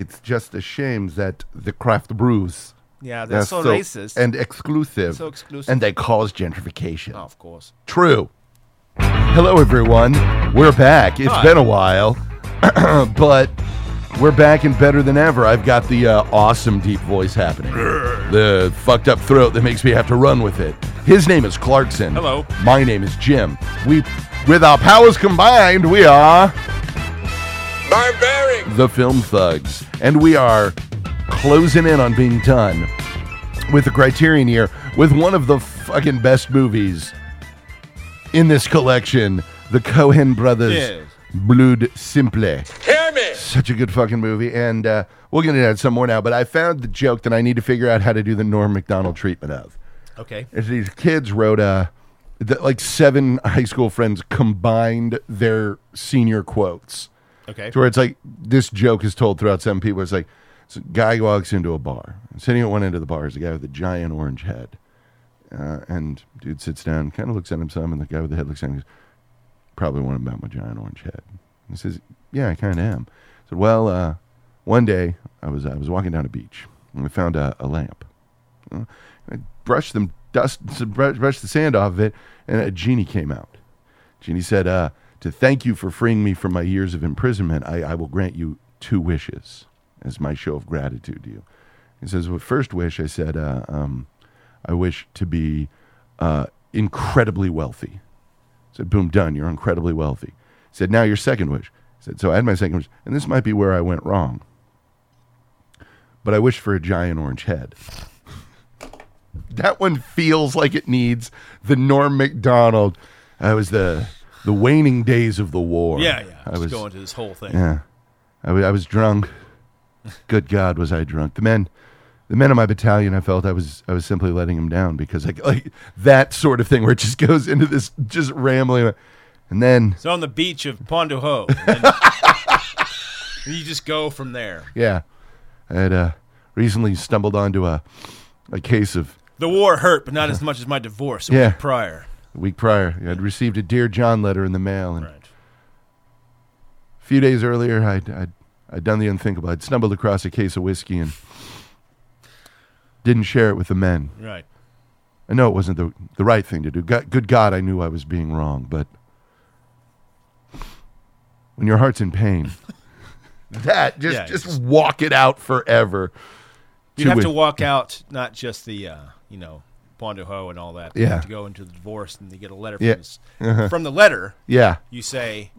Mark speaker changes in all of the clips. Speaker 1: It's just a shame that the craft brews
Speaker 2: Yeah, they're
Speaker 1: are
Speaker 2: so, racist.
Speaker 1: and exclusive,
Speaker 2: So exclusive.
Speaker 1: and they cause gentrification.
Speaker 2: Oh, of course.
Speaker 1: True. Hello, everyone. We're back. It's
Speaker 2: Hi.
Speaker 1: been a while, but we're back and better than ever. I've got the uh, awesome deep voice happening, the fucked up throat that makes me have to run with it. His name is Clarkson.
Speaker 2: Hello.
Speaker 1: My name is Jim. We, with our powers combined, we are
Speaker 3: Barbaric!
Speaker 1: the Film Thugs, and we are closing in on being done with the Criterion year with one of the fucking best movies in this collection, the Cohen Brothers.
Speaker 2: Yes.
Speaker 1: Blood Simple.
Speaker 3: Hear me!
Speaker 1: Such a good fucking movie. And uh, we'll get into that some more now. But I found the joke that I need to figure out how to do the Norm MacDonald treatment of.
Speaker 2: Okay.
Speaker 1: Is these kids wrote uh, that like seven high school friends combined their senior quotes
Speaker 2: Okay.
Speaker 1: to where it's like this joke is told throughout some people. It's like it's a guy walks into a bar. Sitting at one end of the bar is a guy with a giant orange head, uh, and dude sits down, kind of looks at him some, and the guy with the head looks at him. and goes, Probably one about my giant orange head. And he says, "Yeah, I kind of am." I said, "Well, uh, one day I was I was walking down a beach and I found a, a lamp. Uh, I brushed them dust, brush- brushed the sand off of it, and a genie came out." Genie said, uh, To thank you for freeing me from my years of imprisonment, I, I will grant you two wishes as my show of gratitude to you. He says, Well, first wish, I said, uh, um, I wish to be uh, incredibly wealthy. I said, Boom, done. You're incredibly wealthy. He said, Now your second wish. I said, So I had my second wish. And this might be where I went wrong. But I wish for a giant orange head. That one feels like it needs the Norm Macdonald. I was the the waning days of the war.
Speaker 2: Yeah, yeah.
Speaker 1: I
Speaker 2: Just
Speaker 1: was
Speaker 2: going to this whole thing.
Speaker 1: yeah, I wa- I was drunk. Good God, was I drunk? The men, the men of my battalion, I felt I was I was simply letting them down because like like that sort of thing where it just goes into this just rambling, and then
Speaker 2: So on the beach of Pond du Ho. and you just go from there.
Speaker 1: yeah, I had uh, recently stumbled onto a a case of
Speaker 2: The war hurt, but not as much as my divorce a
Speaker 1: Yeah.
Speaker 2: week prior.
Speaker 1: a week prior. I'd received a dear John letter in the mail, and
Speaker 2: Right.
Speaker 1: a few days earlier, I'd, I'd I'd done the unthinkable. I'd stumbled across a case of whiskey and didn't share it with the men.
Speaker 2: Right.
Speaker 1: I know it wasn't the the right thing to do. God, good God, I knew I was being wrong, but when your heart's in pain, that just
Speaker 2: Yeah,
Speaker 1: just
Speaker 2: it's-
Speaker 1: walk it out forever.
Speaker 2: You'd
Speaker 1: Two
Speaker 2: have to
Speaker 1: wi-
Speaker 2: walk out, not just the, uh, you know, Pond du Ho and all that. but You
Speaker 1: Yeah.
Speaker 2: have to go into the divorce and you get a letter
Speaker 1: Yeah. Uh-huh.
Speaker 2: from, this, from the letter.
Speaker 1: yeah,
Speaker 2: You say,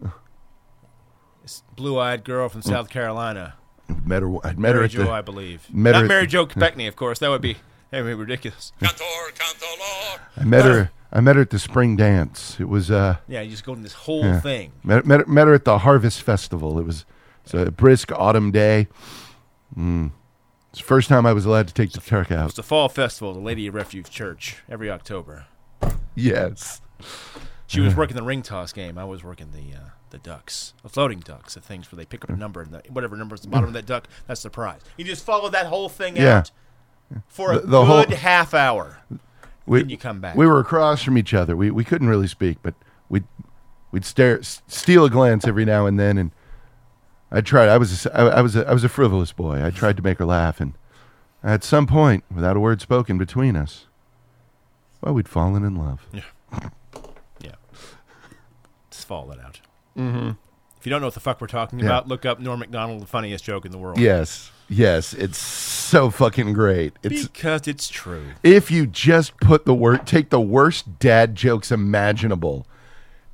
Speaker 2: this blue eyed girl from South Carolina.
Speaker 1: met her. I met her
Speaker 2: Mary
Speaker 1: at
Speaker 2: Joe,
Speaker 1: the.
Speaker 2: I believe.
Speaker 1: met her
Speaker 2: Not
Speaker 1: at
Speaker 2: Mary
Speaker 1: the-
Speaker 2: Joe Kopechne, of course. That would be that would be ridiculous.
Speaker 3: Cantor, cantor,
Speaker 1: I met her. I met her at the spring dance. It was uh,
Speaker 2: Yeah, you just go to this whole
Speaker 1: yeah.
Speaker 2: thing.
Speaker 1: Met, met, her- met her at the harvest festival. It was it's a brisk autumn day. Mm. It's the first time I was allowed to take the truck out.
Speaker 2: It's the fall festival, at the Lady of Refuge Church, every October.
Speaker 1: Yes.
Speaker 2: She was working the ring toss game. I was working the uh, the ducks, the floating ducks, the things where they
Speaker 1: Mm.
Speaker 2: pick up a number and the, whatever number is the bottom of that duck, that's the prize. You just follow that whole thing
Speaker 1: Yeah.
Speaker 2: out for a
Speaker 1: The- the whole-
Speaker 2: good half hour.
Speaker 1: we,
Speaker 2: Then you come back.
Speaker 1: We were across from each other. We we couldn't really speak, but we'd we'd stare, s- steal a glance every now and then, and I tried. I was a s I I was a, I was a frivolous boy. I tried to make her laugh, and at some point, without a word spoken between us, well, we'd fallen in love.
Speaker 2: Yeah, just follow that out. Mm-hmm. If you don't know what the fuck we're talking about, look up Norm Macdonald, the funniest joke in the world.
Speaker 1: Yes, yes, it's so fucking great. It's
Speaker 2: because it's true.
Speaker 1: if you just put the word take the worst dad jokes imaginable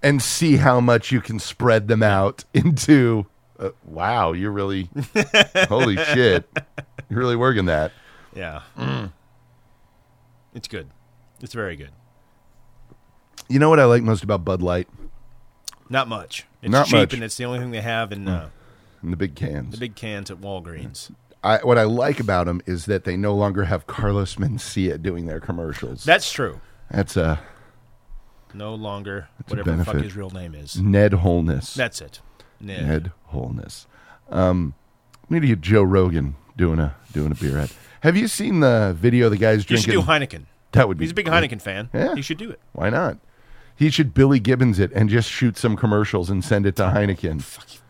Speaker 1: and see how much you can spread them out into uh, wow you're really holy shit you're really working that
Speaker 2: Yeah.
Speaker 1: Mm.
Speaker 2: It's good. It's very good.
Speaker 1: you know what i like most about bud light
Speaker 2: Not much. It's
Speaker 1: Not
Speaker 2: cheap
Speaker 1: much. Mm.
Speaker 2: and it's the only thing they have in uh,
Speaker 1: and the big cans
Speaker 2: the big cans at Walgreens.
Speaker 1: I, what i like about them is that they no longer have carlos mencia doing their commercials
Speaker 2: That's true.
Speaker 1: that's uh,
Speaker 2: No longer
Speaker 1: a
Speaker 2: whatever the fuck
Speaker 1: benefit. Mm.
Speaker 2: his real name is.
Speaker 1: ned wholeness
Speaker 2: That's it. Ned.
Speaker 1: Ned Wholeness. Um, we need to get Joe Rogan doing a doing a beer ad. Have you seen the video of the guys
Speaker 2: You should
Speaker 1: drinking?
Speaker 2: do Heineken.
Speaker 1: that would be
Speaker 2: He's a big
Speaker 1: great.
Speaker 2: Heineken fan.
Speaker 1: Yeah.
Speaker 2: You should do it.
Speaker 1: Why not? He should Billy Gibbons it and just shoot some commercials and send it to Heineken.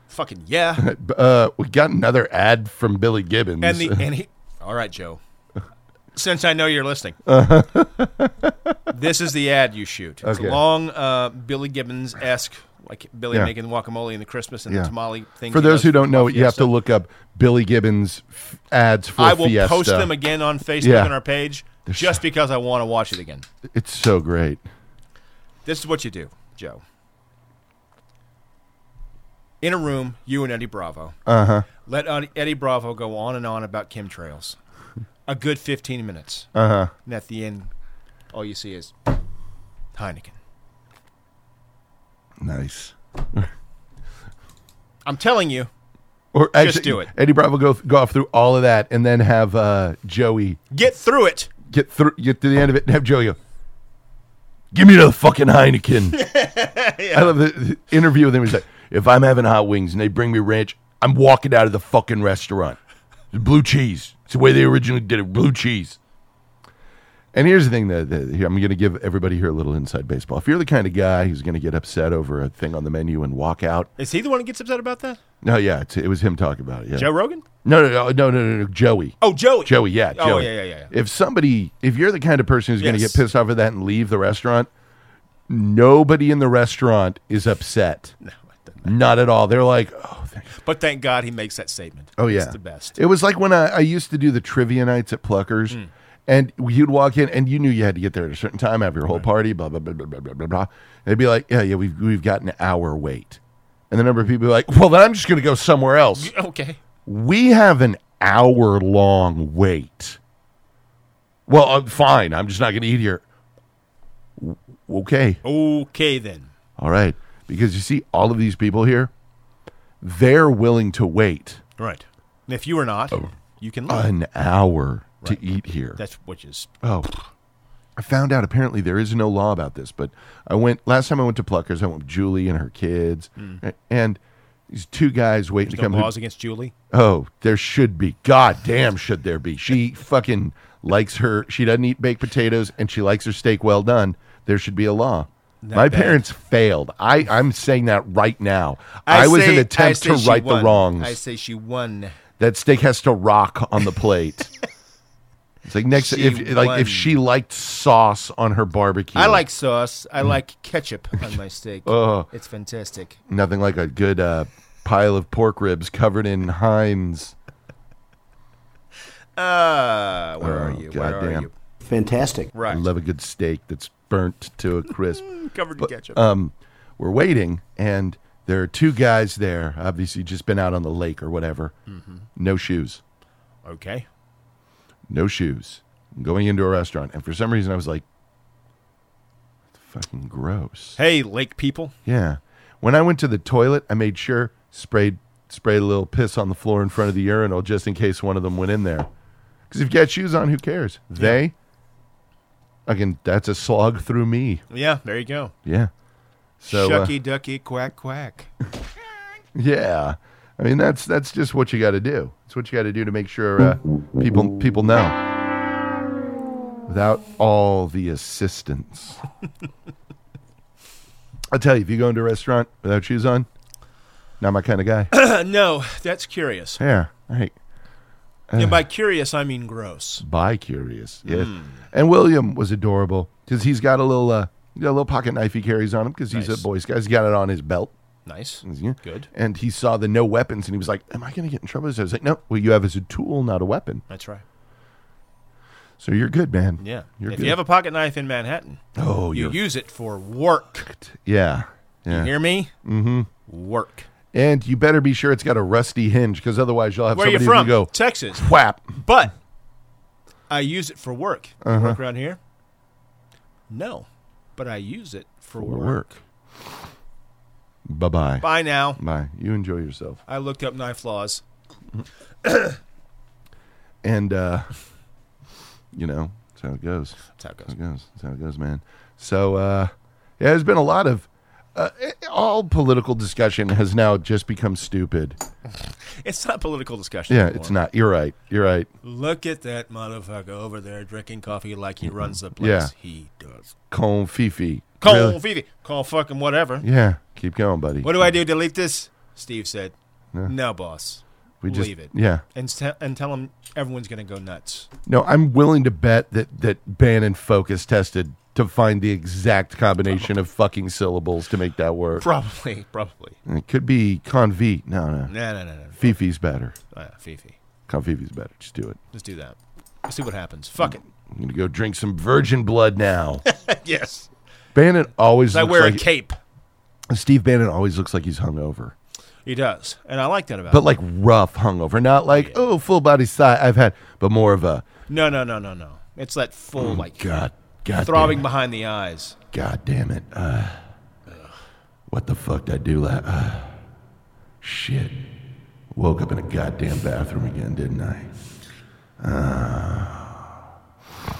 Speaker 2: Fucking yeah.
Speaker 1: Uh, we got another ad from Billy Gibbons.
Speaker 2: And the and he. All right, Joe. Since I know you're listening, this is the ad you shoot. It's
Speaker 1: Okay.
Speaker 2: a long uh, Billy Gibbons esque, like Billy
Speaker 1: Yeah.
Speaker 2: making guacamole and the Christmas and
Speaker 1: Yeah.
Speaker 2: the tamale thing.
Speaker 1: for
Speaker 2: he
Speaker 1: those
Speaker 2: does
Speaker 1: who don't know, you have
Speaker 2: Fiesta.
Speaker 1: to look up Billy Gibbons f- ads for
Speaker 2: I will
Speaker 1: Fiesta.
Speaker 2: post them again on Facebook
Speaker 1: Yeah.
Speaker 2: on our page, just because I want to watch it again.
Speaker 1: It's so great.
Speaker 2: This is what you do, Joe. In a room, you and Eddie Bravo. Uh
Speaker 1: Uh-huh.
Speaker 2: huh. Let Ed- Eddie Bravo go on and on about chemtrails. A good 15 minutes. Uh
Speaker 1: Uh-huh.
Speaker 2: huh. And at the end, all you see is Heineken.
Speaker 1: Nice.
Speaker 2: I'm telling you,
Speaker 1: Or actually,
Speaker 2: Just do it.
Speaker 1: Eddie Bravo go go off through all of that and then have uh, Joey
Speaker 2: get through it.
Speaker 1: get through get to the end of it and have Joey go, Give me the fucking Heineken. I love the, the interview with him. He's like, if I'm having hot wings and they bring me ranch, I'm walking out of the fucking restaurant. The blue cheese. It's the way they originally did it. Blue cheese. And here's the thing that, that here, I'm going to give everybody here a little inside baseball. If you're the kind of guy who's going to get upset over a thing on the menu and walk out,
Speaker 2: Is he the one who gets upset about that?
Speaker 1: no, yeah, it's, it was him talking about it. Yeah.
Speaker 2: Joe Rogan?
Speaker 1: No, no, no, no, no, no, no, Joey.
Speaker 2: Oh, Joey.
Speaker 1: Joey, yeah.
Speaker 2: Oh,
Speaker 1: Joey.
Speaker 2: yeah, yeah, yeah, yeah.
Speaker 1: If somebody, if you're the kind of person who's going to
Speaker 2: Yes.
Speaker 1: get pissed off at that and leave the restaurant, nobody in the restaurant is upset.
Speaker 2: No, it doesn't.
Speaker 1: Not at all. They're like, oh, thank
Speaker 2: but thank God he makes that statement.
Speaker 1: Oh yeah,
Speaker 2: It's the best. Hmm.
Speaker 1: It was like when I, I used to do the trivia nights at Pluckers, and you'd walk in and you knew you had to get there at a certain time, have your whole party, blah blah blah blah blah blah blah. blah. They'd be like, yeah, yeah, we've we've got an hour wait, and the number of people be like, well, then I'm just going to go somewhere else.
Speaker 2: Okay.
Speaker 1: We have an hour long wait. Well, I'm fine. I'm just not going to eat here. W- Okay.
Speaker 2: Okay, then.
Speaker 1: All right. Because you see, all of these people here, they're willing to wait
Speaker 2: Right. And if you are not,
Speaker 1: Oh.
Speaker 2: you can leave.
Speaker 1: an hour to eat here.
Speaker 2: That's which is
Speaker 1: Oh, I found out apparently there is no law about this, but I went last time I went to Pluckers. I went with Julie and her kids, and these two guys waiting to
Speaker 2: no
Speaker 1: come. who-
Speaker 2: laws against Julie.
Speaker 1: oh, there should be. God damn, should there be? She fucking likes her. She doesn't eat baked potatoes, and she likes her steak well done. There should be a law.
Speaker 2: Not
Speaker 1: My
Speaker 2: bad.
Speaker 1: parents failed. I, I'm saying that right now.
Speaker 2: I,
Speaker 1: I, was
Speaker 2: say-
Speaker 1: an
Speaker 2: I
Speaker 1: attempt
Speaker 2: say
Speaker 1: to
Speaker 2: she
Speaker 1: right the
Speaker 2: won.
Speaker 1: wrongs
Speaker 2: I say she won.
Speaker 1: that steak has to rock on the plate. it's like next
Speaker 2: She
Speaker 1: if like
Speaker 2: won.
Speaker 1: if she liked sauce on her barbecue.
Speaker 2: I like sauce. I like ketchup on my steak.
Speaker 1: Mm. Oh.
Speaker 2: It's fantastic.
Speaker 1: nothing like a good uh, pile of pork ribs covered in Heinz.
Speaker 2: Uh, where are
Speaker 1: Oh,
Speaker 2: you? Where are
Speaker 1: goddamn.
Speaker 2: you?
Speaker 4: Fantastic.
Speaker 1: I
Speaker 2: Right.
Speaker 1: love a good steak that's burnt to a crisp.
Speaker 2: Covered in ketchup.
Speaker 1: um, we're waiting, and there are two guys there. Obviously, just been out on the lake or whatever. No shoes.
Speaker 2: okay.
Speaker 1: no shoes, going into a restaurant. And for some reason, I was like, fucking gross.
Speaker 2: Hey, lake people.
Speaker 1: Yeah. When I went to the toilet, I made sure sprayed sprayed a little piss on the floor in front of the urinal just in case one of them went in there. Because if you got shoes on, who cares? They, again, that's a slog through me.
Speaker 2: Yeah, there you go.
Speaker 1: Yeah. So uh,
Speaker 2: Shucky ducky quack quack.
Speaker 1: yeah, I mean that's that's just what you got to do. It's what you got to do to make sure uh, people people know without all the assistance. I'll tell you, if you go into a restaurant without shoes on, not my kind of guy.
Speaker 2: Uh, no, that's curious.
Speaker 1: yeah, right.
Speaker 2: and by curious, I mean gross.
Speaker 1: Bi curious. Yeah. And William was adorable because he's got a little uh, you know, a little pocket knife he carries on him because he's
Speaker 2: Nice.
Speaker 1: a boy scout. He's got it on his belt.
Speaker 2: Nice.
Speaker 1: Yeah.
Speaker 2: Good.
Speaker 1: And he saw the no weapons and he was like, Am I going to get in trouble? So I was like, No, what you have is a tool, not a weapon.
Speaker 2: That's right.
Speaker 1: So you're good, man.
Speaker 2: Yeah.
Speaker 1: You're
Speaker 2: if
Speaker 1: good.
Speaker 2: you have a pocket knife in Manhattan,
Speaker 1: oh,
Speaker 2: you
Speaker 1: you're.
Speaker 2: use it for work.
Speaker 1: yeah. Yeah.
Speaker 2: Hear me? Mm-hmm. Work.
Speaker 1: and you better be sure it's got a rusty hinge because otherwise you'll have
Speaker 2: Where are you
Speaker 1: somebody
Speaker 2: from?
Speaker 1: who can go,
Speaker 2: Texas.
Speaker 1: whap.
Speaker 2: But I use it for work.
Speaker 1: Uh-huh.
Speaker 2: Work around here? No. But I use it for work.
Speaker 1: Work. Bye bye.
Speaker 2: Bye now.
Speaker 1: Bye. You enjoy yourself.
Speaker 2: I looked up knife laws.
Speaker 1: And, uh, you know, that's how it goes.
Speaker 2: That's how it
Speaker 1: That's how
Speaker 2: goes.
Speaker 1: it goes. That's how it goes, man. So, uh, yeah, there's been a lot of. Uh, it- all political discussion has now just become stupid.
Speaker 2: It's not political discussion.
Speaker 1: Yeah,
Speaker 2: anymore.
Speaker 1: it's not. You're right. You're right.
Speaker 2: Look at that motherfucker over there drinking coffee like he runs the place.
Speaker 1: Mm-hmm. Yeah.
Speaker 2: He does.
Speaker 1: Con Fifi.
Speaker 2: Call
Speaker 1: Really?
Speaker 2: Vivi. Call fucking whatever.
Speaker 1: Yeah. Keep going, buddy.
Speaker 2: What do I do? Delete this? Steve said. No, boss.
Speaker 1: We just
Speaker 2: leave it.
Speaker 1: Yeah.
Speaker 2: And, st- and tell them everyone's going to go nuts.
Speaker 1: No, I'm willing to bet that that Bannon focus tested to find the exact combination of fucking syllables to make that work.
Speaker 2: Probably, probably.
Speaker 1: And it could be convete. No, no.
Speaker 2: No, no, no, no.
Speaker 1: Fifi's better.
Speaker 2: Uh, Fifi,
Speaker 1: Convivi's better. Just do it.
Speaker 2: let's do that. Let's see what happens. Fuck it.
Speaker 1: I'm gonna go drink some virgin blood now.
Speaker 2: yes.
Speaker 1: Bannon always
Speaker 2: I
Speaker 1: looks
Speaker 2: wear a
Speaker 1: like
Speaker 2: cape.
Speaker 1: Steve Bannon always looks like he's hungover,
Speaker 2: He does, and I like that about.
Speaker 1: but
Speaker 2: But
Speaker 1: like rough hungover, not like oh full body sigh I've had, but more of a
Speaker 2: no, no, no, no, no. It's that full like
Speaker 1: Oh, god, god,
Speaker 2: throbbing
Speaker 1: damn it,
Speaker 2: behind the eyes.
Speaker 1: god damn it, uh, what the fuck did I do last? Uh, shit, woke up in a goddamn bathroom again, didn't I? Uh,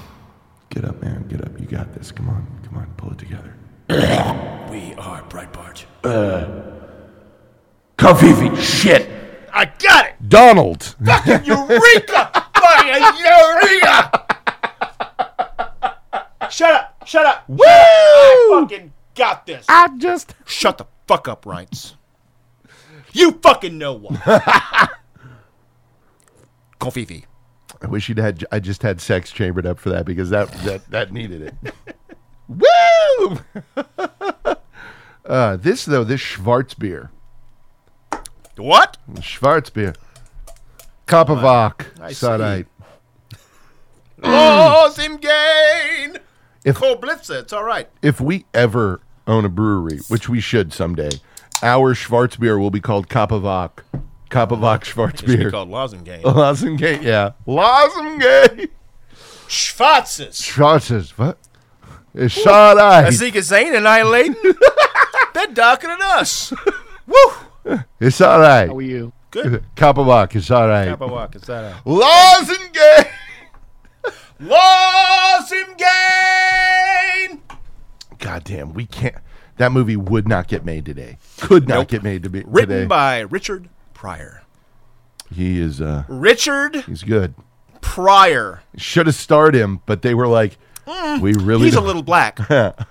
Speaker 1: get up, man, get up. You got this. Come on, come on, pull it together.
Speaker 2: We are Breitbart.
Speaker 1: Kavivi, Uh, shit.
Speaker 2: I got it.
Speaker 1: Donald.
Speaker 2: Eureka! Fucking Eureka! Shut up! Shut up! Woo! I fucking got this.
Speaker 1: I just.
Speaker 2: Shut the fuck up, Reince. You fucking know what. Confifi.
Speaker 1: I wish you'd had. I just had sex chambered up for that because that that that needed it. Woo! uh, this though, this Schwarz beer,
Speaker 2: What?
Speaker 1: Schwarz beer, Kopavak,
Speaker 2: I
Speaker 1: Sadite.
Speaker 2: Los im Gain!
Speaker 1: Mm. If-
Speaker 2: Koblitzer, it's all right.
Speaker 1: If we ever own a brewery, which we should someday, our Schwarz beer will be called Kopavak, Kopavak Schwarz
Speaker 2: It's
Speaker 1: beer. Uh-huh.
Speaker 2: called Los im Gain.
Speaker 1: Lozenge, yeah, Lozenge.
Speaker 2: Schwarzes!
Speaker 1: Schwarzes, what? It's Sadite.
Speaker 2: Azika Zane annihilating? They're darker than us. Woo!
Speaker 1: It's all right.
Speaker 4: How are you?
Speaker 2: Good.
Speaker 1: Kapawak, it's all right.
Speaker 2: Kapawak, is that a...
Speaker 1: Laws and gay.
Speaker 2: Los im Gain!
Speaker 1: Goddamn, we can't. That movie would not get made today. Could not
Speaker 2: Nope.
Speaker 1: get made to be
Speaker 2: Written
Speaker 1: today.
Speaker 2: by Richard Pryor.
Speaker 1: he is. uh
Speaker 2: Richard
Speaker 1: He's good.
Speaker 2: Pryor. Mm.
Speaker 1: Should have starred him, but they were like, we really.
Speaker 2: He's a
Speaker 1: don't-
Speaker 2: little black. what?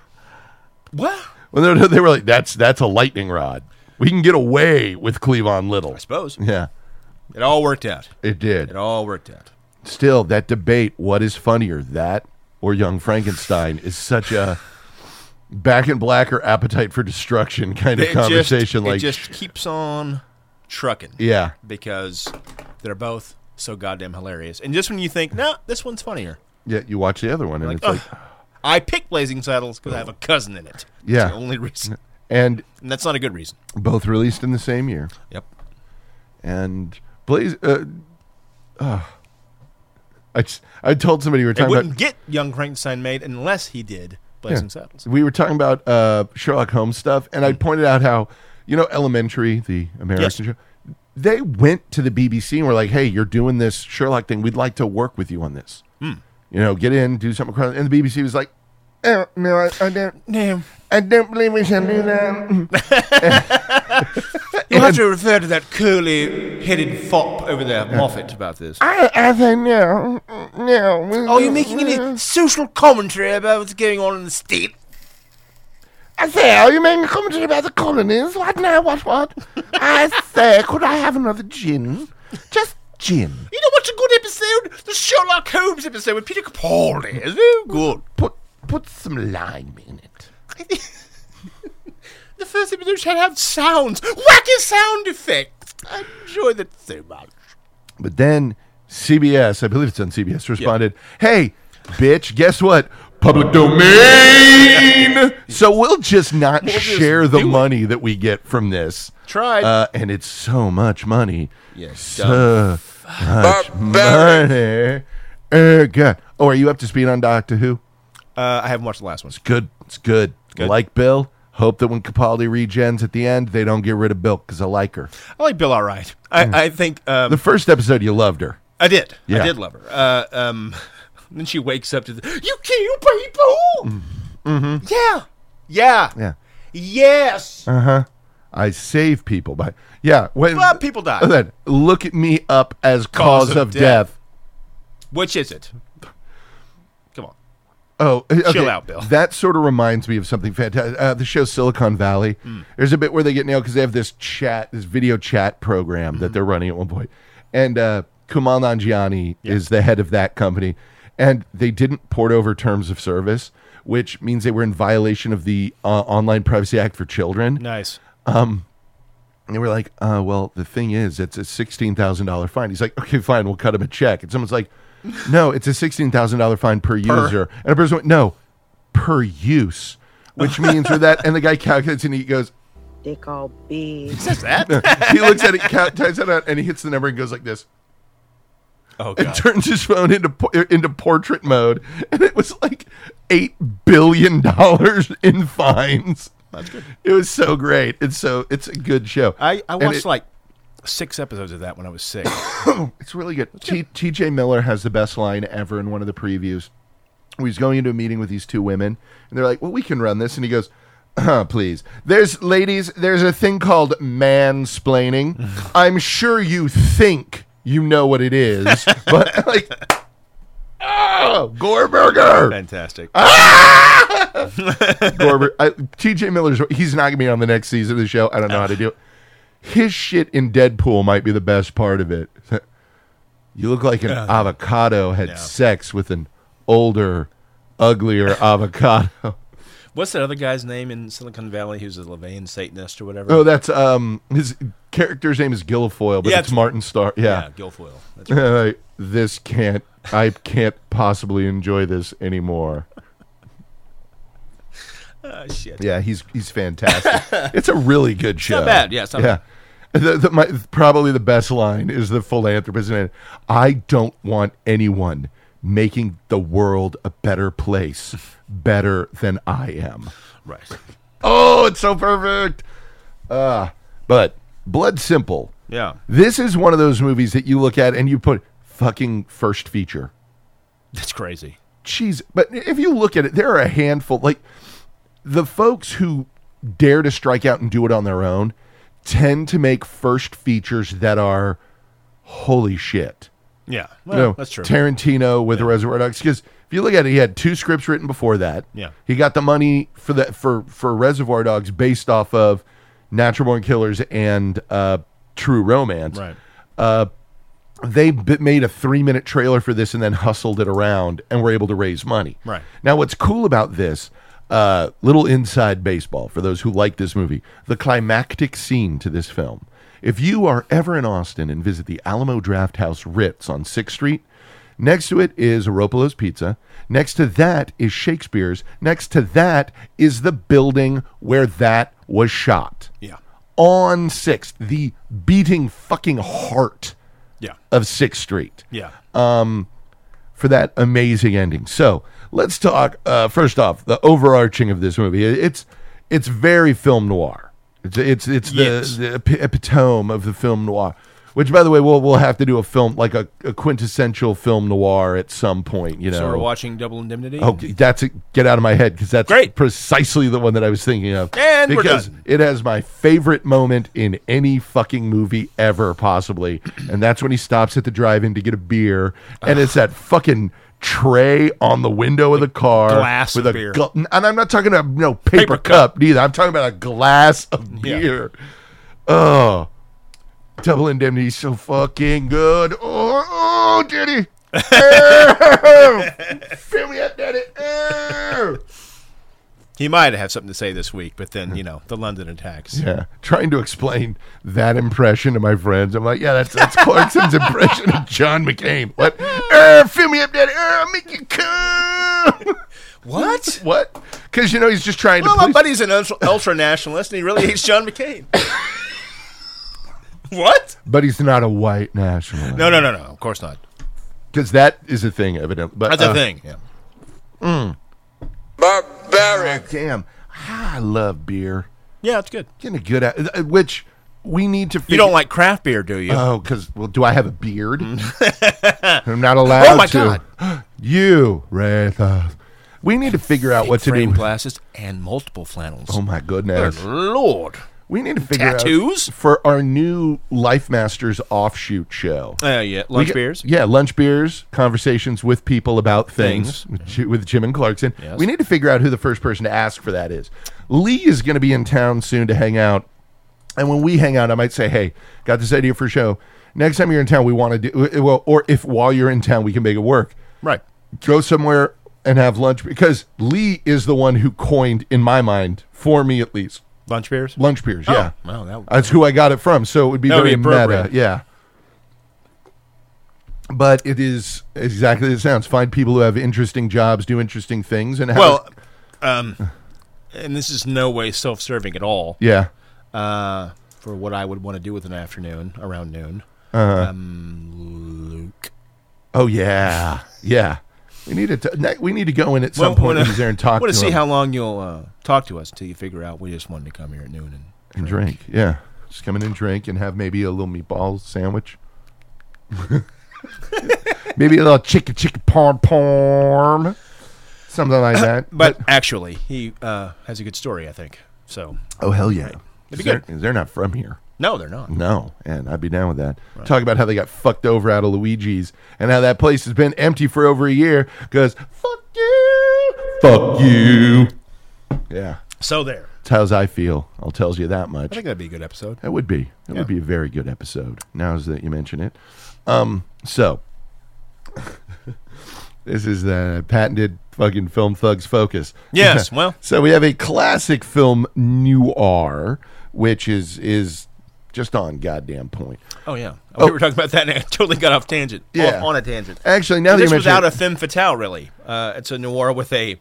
Speaker 1: Well, no, no, they were like, that's that's a lightning rod. We can get away with Cleavon Little.
Speaker 2: I suppose.
Speaker 1: Yeah,
Speaker 2: It all worked out.
Speaker 1: it did.
Speaker 2: It all worked out.
Speaker 1: Still, that debate, what is funnier, that or Young Frankenstein, is such a back in black or appetite for destruction kind of
Speaker 2: It just-
Speaker 1: conversation. like,
Speaker 2: it just keeps on trucking.
Speaker 1: yeah,
Speaker 2: Because they're both so goddamn hilarious. And just when you think, no, this one's funnier.
Speaker 1: yeah. You watch the other one, and
Speaker 2: Like,
Speaker 1: it's like,
Speaker 2: "Ugh, I picked Blazing Saddles because I have a cousin in it. That's
Speaker 1: Yeah.
Speaker 2: the only reason.
Speaker 1: and
Speaker 2: And that's not a good reason.
Speaker 1: both released in the same year.
Speaker 2: Yep.
Speaker 1: And Blaze, uh, ugh. I just, I told somebody we were
Speaker 2: It
Speaker 1: talking
Speaker 2: wouldn't
Speaker 1: about.
Speaker 2: get Young Frankenstein made unless he did Blazing Saddles.
Speaker 1: We were talking about uh, Sherlock Holmes stuff, and I
Speaker 2: Mm.
Speaker 1: pointed out how you know Elementary, the American show, they went to the BBC and were like, "Hey, you're doing this Sherlock thing. We'd like to work with you on this.
Speaker 2: Hmm.
Speaker 1: You know, get in, do something." across-" And the BBC was like, "Eh, "No, I, I don't."
Speaker 2: Damn.
Speaker 1: I don't believe we should do that.
Speaker 2: You have to refer to that curly headed fop over there, Moffat, about this.
Speaker 1: I, I think no, no. we-
Speaker 2: Are you making any social commentary about what's going on in the state?
Speaker 1: I say, are you making a commentary about the colonies? What now? What? What? I say, could I have another gin? Just gin.
Speaker 2: You know what's a good episode? The Sherlock Holmes episode with Peter Capaldi. It's very good.
Speaker 1: Put put some lime in it.
Speaker 2: The first episode should have sounds, wacky sound effects. I enjoy that so much.
Speaker 1: But then CBS, I believe it's on CBS, responded, "Hey, bitch, guess what? Public domain. So we'll just not
Speaker 2: just
Speaker 1: share the
Speaker 2: do it.
Speaker 1: money that we get from this.
Speaker 2: Tried.
Speaker 1: uh, and it's so much money.
Speaker 2: Yeah,
Speaker 1: so much money. Oh God. Oh, are you up to speed on Doctor Who?
Speaker 2: Uh, I haven't watched the last one.
Speaker 1: Good. It's good.
Speaker 2: good.
Speaker 1: Like Bill. Hope that when Capaldi regens at the end, they don't get rid of Bill because I like her.
Speaker 2: I like Bill all right. I, I think um,
Speaker 1: Hmm. The first episode, you loved her.
Speaker 2: I did.
Speaker 1: Yeah.
Speaker 2: I did love her. Uh, um, then she wakes up to the you kill people. Mm-hmm. Yeah. Yeah.
Speaker 1: Yeah. Uh.
Speaker 2: Yes.
Speaker 1: Uh-huh. I save people by yeah. When
Speaker 2: Well, people die.
Speaker 1: Oh, that- look at me up as cause, of, death.
Speaker 2: Which is it? Come on.
Speaker 1: Oh, eh, okay.
Speaker 2: Chill out, Bill.
Speaker 1: That sort of reminds me of something fantastic. Uh, the show Silicon Valley.
Speaker 2: Hmm.
Speaker 1: There's a bit where they get nailed because they have this chat, this video chat program
Speaker 2: Mm-hmm.
Speaker 1: that they're running at one point, and uh, Kumail Nanjiani is the head of that company, and they didn't port over terms of service, which means they were in violation of the uh, Online Privacy Act for children.
Speaker 2: Nice.
Speaker 1: And they were like, uh, well, the thing is, it's a $16,000 fine. He's like, okay, fine, we'll cut him a check. And someone's like, no, it's a $16,000 fine per, user. And a person went, no, per use, which means with that. And the guy calculates and he goes,
Speaker 4: dick all big.
Speaker 2: Says that?
Speaker 1: he looks at it, count, types it out, and he hits the number and goes like this
Speaker 2: Oh
Speaker 1: and
Speaker 2: god.
Speaker 1: turns his phone into po- into portrait mode. And it was like $8 billion in fines. That's good. It was so great. It's so it's a good show.
Speaker 2: I, I
Speaker 1: And
Speaker 2: watched
Speaker 1: it-
Speaker 2: like six episodes of that when I was sick.
Speaker 1: It's really good. T- TJ Miller has the best line ever in one of the previews. He's going into a meeting with these two women, and they're like, Well, we can run this. And he goes, uh, Please. There's, ladies, there's a thing called mansplaining. I'm sure you think you know what it is, but like, oh, Gorberger.
Speaker 2: Fantastic.
Speaker 1: Gorber. I, TJ Miller's, he's not going to be on the next season of the show. I don't know how to do it. His shit in Deadpool might be the best part of it. You look like an avocado had sex with an older, uglier avocado.
Speaker 2: What's that other guy's name in Silicon Valley who's a Levain Satanist or whatever?
Speaker 1: Oh, that's um his character's name is Guilfoyle, but
Speaker 2: Yeah,
Speaker 1: it's
Speaker 2: it's-
Speaker 1: Martin Starr.
Speaker 2: yeah,
Speaker 1: Yeah.
Speaker 2: Guilfoyle. That's right.
Speaker 1: Like, this can't I can't possibly enjoy this anymore.
Speaker 2: Ah, shit.
Speaker 1: Yeah, he's he's fantastic. it's a really good show.
Speaker 2: bad. Yeah, it's not
Speaker 1: yeah. The, the, my, probably the best line is the philanthropist. in it. I don't want anyone making the world a better place better than I am.
Speaker 2: Right.
Speaker 1: Oh, it's so perfect. Uh, but Blood Simple.
Speaker 2: Yeah.
Speaker 1: This is one of those movies that you look at and you put fucking first feature.
Speaker 2: That's crazy.
Speaker 1: Jeez, but if you look at it, there are a handful like the folks who dare to strike out and do it on their own tend to make first features that are holy shit.
Speaker 2: Yeah.
Speaker 1: You
Speaker 2: Well,
Speaker 1: know,
Speaker 2: that's true.
Speaker 1: Tarantino with the Reservoir Dogs because if you look at it, he had two scripts written before that.
Speaker 2: Yeah.
Speaker 1: he got the money for that for for Reservoir Dogs based off of Natural Born Killers and uh, True Romance.
Speaker 2: Right.
Speaker 1: Uh, they b- made a three minute trailer for this and then hustled it around and were able to raise money.
Speaker 2: Right.
Speaker 1: Now, what's cool about this, uh, little inside baseball for those who like this movie, the climactic scene to this film. If you are ever in Austin and visit the Alamo Draft House Ritz on 6th Street, next to it is Aropolo's Pizza. Next to that is Shakespeare's. Next to that is the building where that was shot.
Speaker 2: yeah.
Speaker 1: On 6th, the beating fucking heart
Speaker 2: Yeah.
Speaker 1: of 6th Street
Speaker 2: Yeah.
Speaker 1: Uh, for that amazing ending. So let's talk uh, first off the overarching of this movie. It- It's it's very film noir. It's it's it's the,
Speaker 2: Yes.
Speaker 1: the epi- epitome of the film noir. Which, by the way, we'll we'll have to do a film like a, a quintessential film noir at some point. You know,
Speaker 2: so we're watching Double Indemnity.
Speaker 1: Oh, that's it. Get out of my head because that's
Speaker 2: Great.
Speaker 1: precisely the one that I was thinking of.
Speaker 2: And we're
Speaker 1: because
Speaker 2: done.
Speaker 1: it has my favorite moment in any fucking movie ever, possibly, and that's when he stops at the drive-in to get a beer, and it's that fucking tray on the window of the car
Speaker 2: glass
Speaker 1: with
Speaker 2: of
Speaker 1: a
Speaker 2: beer.
Speaker 1: gl- Uh, and I'm not talking about no paper,
Speaker 2: Paper
Speaker 1: cup.
Speaker 2: cup.
Speaker 1: neither. I'm talking about a glass of
Speaker 2: Yeah.
Speaker 1: beer. Oh, double indemnity, is so fucking good. Oh, oh, Daddy. Fill me up, Daddy. Oh.
Speaker 2: He might have something to say this week, but then, you know, the London attacks.
Speaker 1: Yeah, trying to explain that impression to my friends. I'm like, yeah, that's that's Clarkson's impression of John McCain. What? Uh, fill me up, Daddy. Uh, I'll make you come.
Speaker 2: What?
Speaker 1: what? Because you know he's just trying
Speaker 2: Well,
Speaker 1: to.
Speaker 2: my
Speaker 1: please-
Speaker 2: buddy's an ultra, ultra nationalist, and he really hates John McCain. what?
Speaker 1: but he's not a white nationalist.
Speaker 2: No, no, no, no. Of course not.
Speaker 1: because that is a thing, evidently. But
Speaker 2: That's
Speaker 1: uh,
Speaker 2: a thing. Yeah.
Speaker 3: Barbaric.
Speaker 1: Damn, Ah, I love beer.
Speaker 2: Yeah, it's good.
Speaker 1: Getting a good at uh, which we need to. Figure-
Speaker 2: You don't like craft beer, do you?
Speaker 1: Oh, because well, do I have a beard? I'm not allowed.
Speaker 2: Oh, my
Speaker 1: to. God! you, Ratha. We need to figure out what to do.
Speaker 2: Frame
Speaker 1: with-
Speaker 2: glasses and multiple flannels.
Speaker 1: Oh my goodness!
Speaker 2: Lord.
Speaker 1: We need to figure
Speaker 2: Tattoos?
Speaker 1: out for our new Life Masters offshoot show.
Speaker 2: Uh, yeah,
Speaker 1: We
Speaker 2: lunch
Speaker 1: got-
Speaker 2: beers.
Speaker 1: Yeah, lunch beers, conversations with people about things,
Speaker 2: Things.
Speaker 1: With, Ji- with Jim and Clarkson.
Speaker 2: Yes.
Speaker 1: We need to figure out who the first person to ask for that is. Lee is going to be in town soon to hang out. And when we hang out, I might say, hey, got this idea for a show. Next time you're in town, we want to do, uh, well, or if while you're in town, we can make it work
Speaker 2: Right.
Speaker 1: go somewhere and have lunch because Lee is the one who coined, in my mind, for me at least,
Speaker 2: Lunch beers.
Speaker 1: lunch beers. yeah,
Speaker 2: wow, Oh, that-
Speaker 1: that's who I got it from. So it would be
Speaker 2: That would
Speaker 1: very
Speaker 2: be
Speaker 1: meta.
Speaker 2: appropriate.
Speaker 1: Yeah, but it is exactly as it sounds. Find people who have interesting jobs, do interesting things, and have
Speaker 2: Well, um, and this is no way self-serving at all.
Speaker 1: yeah,
Speaker 2: Uh, for what I would want to do with an afternoon around noon.
Speaker 1: Uh-huh.
Speaker 2: Um, Luke.
Speaker 1: oh yeah, yeah. We need to t- ne- we need to go in at some point when he's there and talk
Speaker 2: Want
Speaker 1: to
Speaker 2: to see
Speaker 1: him
Speaker 2: how long you'll uh, talk to us until you figure out we just wanted to come here at noon and
Speaker 1: and drink. Yeah, just come in and drink and have maybe a little meatball sandwich. maybe a little chicken chicken parm parm, something like that.
Speaker 2: Uh, But actually, he uh, has a good story, I think. So
Speaker 1: oh hell yeah,
Speaker 2: That'd be
Speaker 1: they're,
Speaker 2: good.
Speaker 1: they're not from here.
Speaker 2: no, they're not.
Speaker 1: No, and I'd be down with that. Talk about how they got fucked over out of Luigi's and how that place has been empty for over a year because fuck you, fuck you. Yeah,
Speaker 2: So there.
Speaker 1: that's how I feel. I'll tell you that
Speaker 2: I
Speaker 1: much.
Speaker 2: think that'd be a good episode.
Speaker 1: That would be. That
Speaker 2: Yeah.
Speaker 1: would be a very good episode. Now is that you mention it. Um, so this is the patented fucking film thugs focus.
Speaker 2: Yes, well.
Speaker 1: so we have a classic film noir, which is is just on goddamn point.
Speaker 2: Oh yeah, we were talking about that, and I totally got off tangent.
Speaker 1: Yeah.
Speaker 2: Off on a tangent.
Speaker 1: Actually, now that you
Speaker 2: This
Speaker 1: mention
Speaker 2: without
Speaker 1: it,
Speaker 2: a femme fatale, really. Uh, it's a noir with a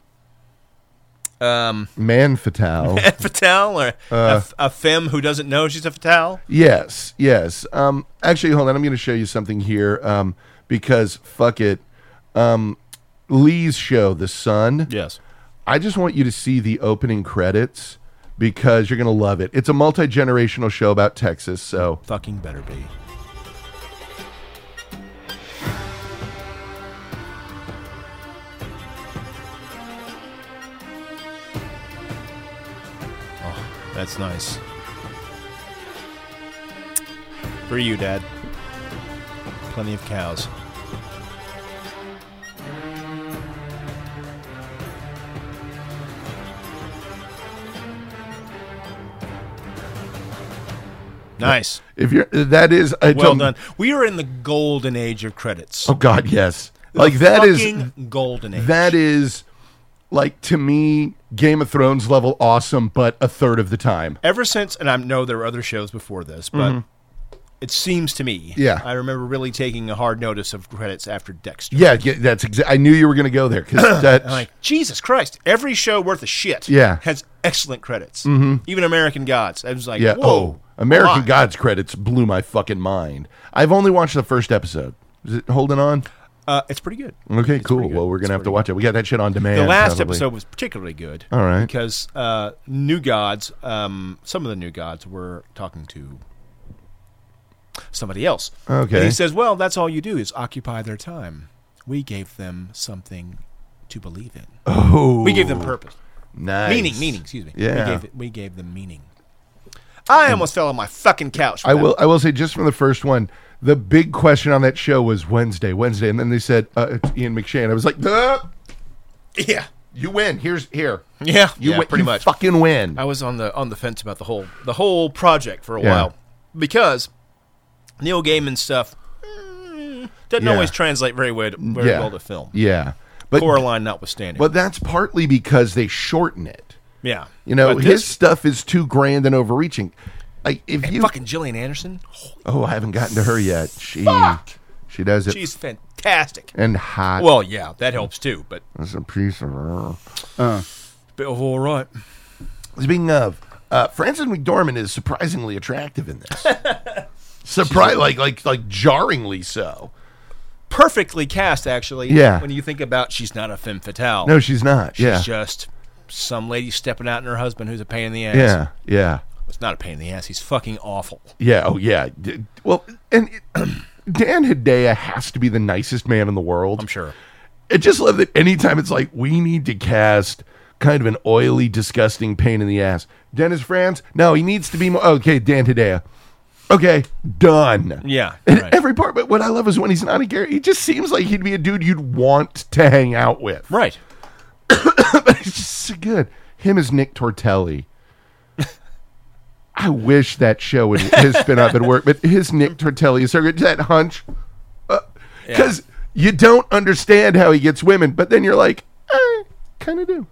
Speaker 1: man fatale.
Speaker 2: fatale or
Speaker 1: Uh.
Speaker 2: a, f- a femme who doesn't know she's a fatale.
Speaker 1: Yes, yes. Um, actually, hold on. I'm going to show you something here um, because fuck it. Um, Lee's show, The Sun.
Speaker 2: Yes.
Speaker 1: I just want you to see the opening credits because you're going to love it. It's a multi generational show about Texas. So,
Speaker 2: Fucking better be. Oh, that's nice. For you, Dad. Plenty of cows. Nice.
Speaker 1: if you're that is I
Speaker 2: Well
Speaker 1: told-
Speaker 2: done. We are in the golden age of credits.
Speaker 1: Oh God, yes. Like that is
Speaker 2: Fucking golden age.
Speaker 1: that is like to me Game of Thrones level awesome, but a third of the time.
Speaker 2: Ever since, and I know there were other shows before this, but it seems to me,
Speaker 1: Mm-hmm. Yeah.
Speaker 2: I remember really taking a hard notice of credits after Dexter.
Speaker 1: Yeah, yeah that's exa- I knew you were going to go there because that.
Speaker 2: I'm like Jesus Christ, every show worth a shit,
Speaker 1: Yeah.
Speaker 2: has excellent credits. Mm-hmm. Even American Gods, I was like,
Speaker 1: yeah. oh,
Speaker 2: whoa,
Speaker 1: American
Speaker 2: why?
Speaker 1: Gods credits blew my fucking mind. I've only watched the first episode. Is it holding on?
Speaker 2: Uh, it's pretty good.
Speaker 1: Okay,
Speaker 2: It's
Speaker 1: cool.
Speaker 2: pretty good.
Speaker 1: Well, we're
Speaker 2: It's
Speaker 1: gonna have
Speaker 2: pretty
Speaker 1: to watch it. We got that shit on demand.
Speaker 2: The last
Speaker 1: probably.
Speaker 2: episode was particularly good.
Speaker 1: All right.
Speaker 2: Because uh, New Gods, um, some of the New Gods were talking to somebody else.
Speaker 1: Okay.
Speaker 2: And he says, well, that's all you do is occupy their time. We gave them something to believe in.
Speaker 1: Oh,
Speaker 2: We gave them purpose.
Speaker 1: Nice.
Speaker 2: Meaning, meaning, excuse me.
Speaker 1: Yeah.
Speaker 2: We gave, it, we gave them meaning. I almost fell on my fucking couch. for
Speaker 1: I
Speaker 2: that.
Speaker 1: will. I will say just from the first one, the big question on that show was Wednesday, Wednesday, and then they said uh, it's Ian McShane. I was like, "Duh,
Speaker 2: Yeah.
Speaker 1: you win. Here's here.
Speaker 2: Yeah.
Speaker 1: You
Speaker 2: yeah,
Speaker 1: win.
Speaker 2: pretty
Speaker 1: you
Speaker 2: much.
Speaker 1: Fucking win.
Speaker 2: I was on the on the fence about the whole the whole project for a
Speaker 1: Yeah.
Speaker 2: while because Neil Gaiman stuff mm, doesn't
Speaker 1: Yeah.
Speaker 2: always translate very well to, very
Speaker 1: yeah.
Speaker 2: well to film.
Speaker 1: Yeah. But
Speaker 2: Coraline notwithstanding,
Speaker 1: but that's partly because they shorten it.
Speaker 2: yeah,
Speaker 1: You know,
Speaker 2: But
Speaker 1: his
Speaker 2: this-
Speaker 1: stuff is too grand and overreaching. Like if you.
Speaker 2: fucking Gillian Anderson. Holy,
Speaker 1: oh, I haven't gotten to her yet. She. She does it.
Speaker 2: she's fantastic.
Speaker 1: And hot.
Speaker 2: Well, yeah, that helps too. But,
Speaker 1: That's a piece of her.
Speaker 2: but all right,
Speaker 1: Speaking of, uh, Frances McDormand is surprisingly attractive in this. Surprise, like like like jarringly so.
Speaker 2: perfectly cast actually.
Speaker 1: Yeah.
Speaker 2: when you think about, she's not a femme fatale.
Speaker 1: No, she's not.
Speaker 2: she's
Speaker 1: yeah,
Speaker 2: just some lady stepping out on her husband who's a pain in the ass.
Speaker 1: yeah, yeah,
Speaker 2: it's not a pain in the ass. He's fucking awful.
Speaker 1: yeah. Oh yeah. D- Well, and it, Dan Hedaya has to be the nicest man in the world.
Speaker 2: I'm sure.
Speaker 1: I just love that anytime it's like we need to cast kind of an oily, disgusting pain in the ass. Dennis Franz? No, he needs to be more. Okay, Dan Tadea. Okay, done.
Speaker 2: Yeah,
Speaker 1: And
Speaker 2: right.
Speaker 1: every part, but what I love is when he's not a Gary, he just seems like he'd be a dude you'd want to hang out with.
Speaker 2: Right.
Speaker 1: But it's just so good. Him as Nick Tortelli. I wish that show would his spin off would work, but his Nick Tortelli is so good. That hunch. Because you don't understand how he gets women, but then you're like, I kind of do.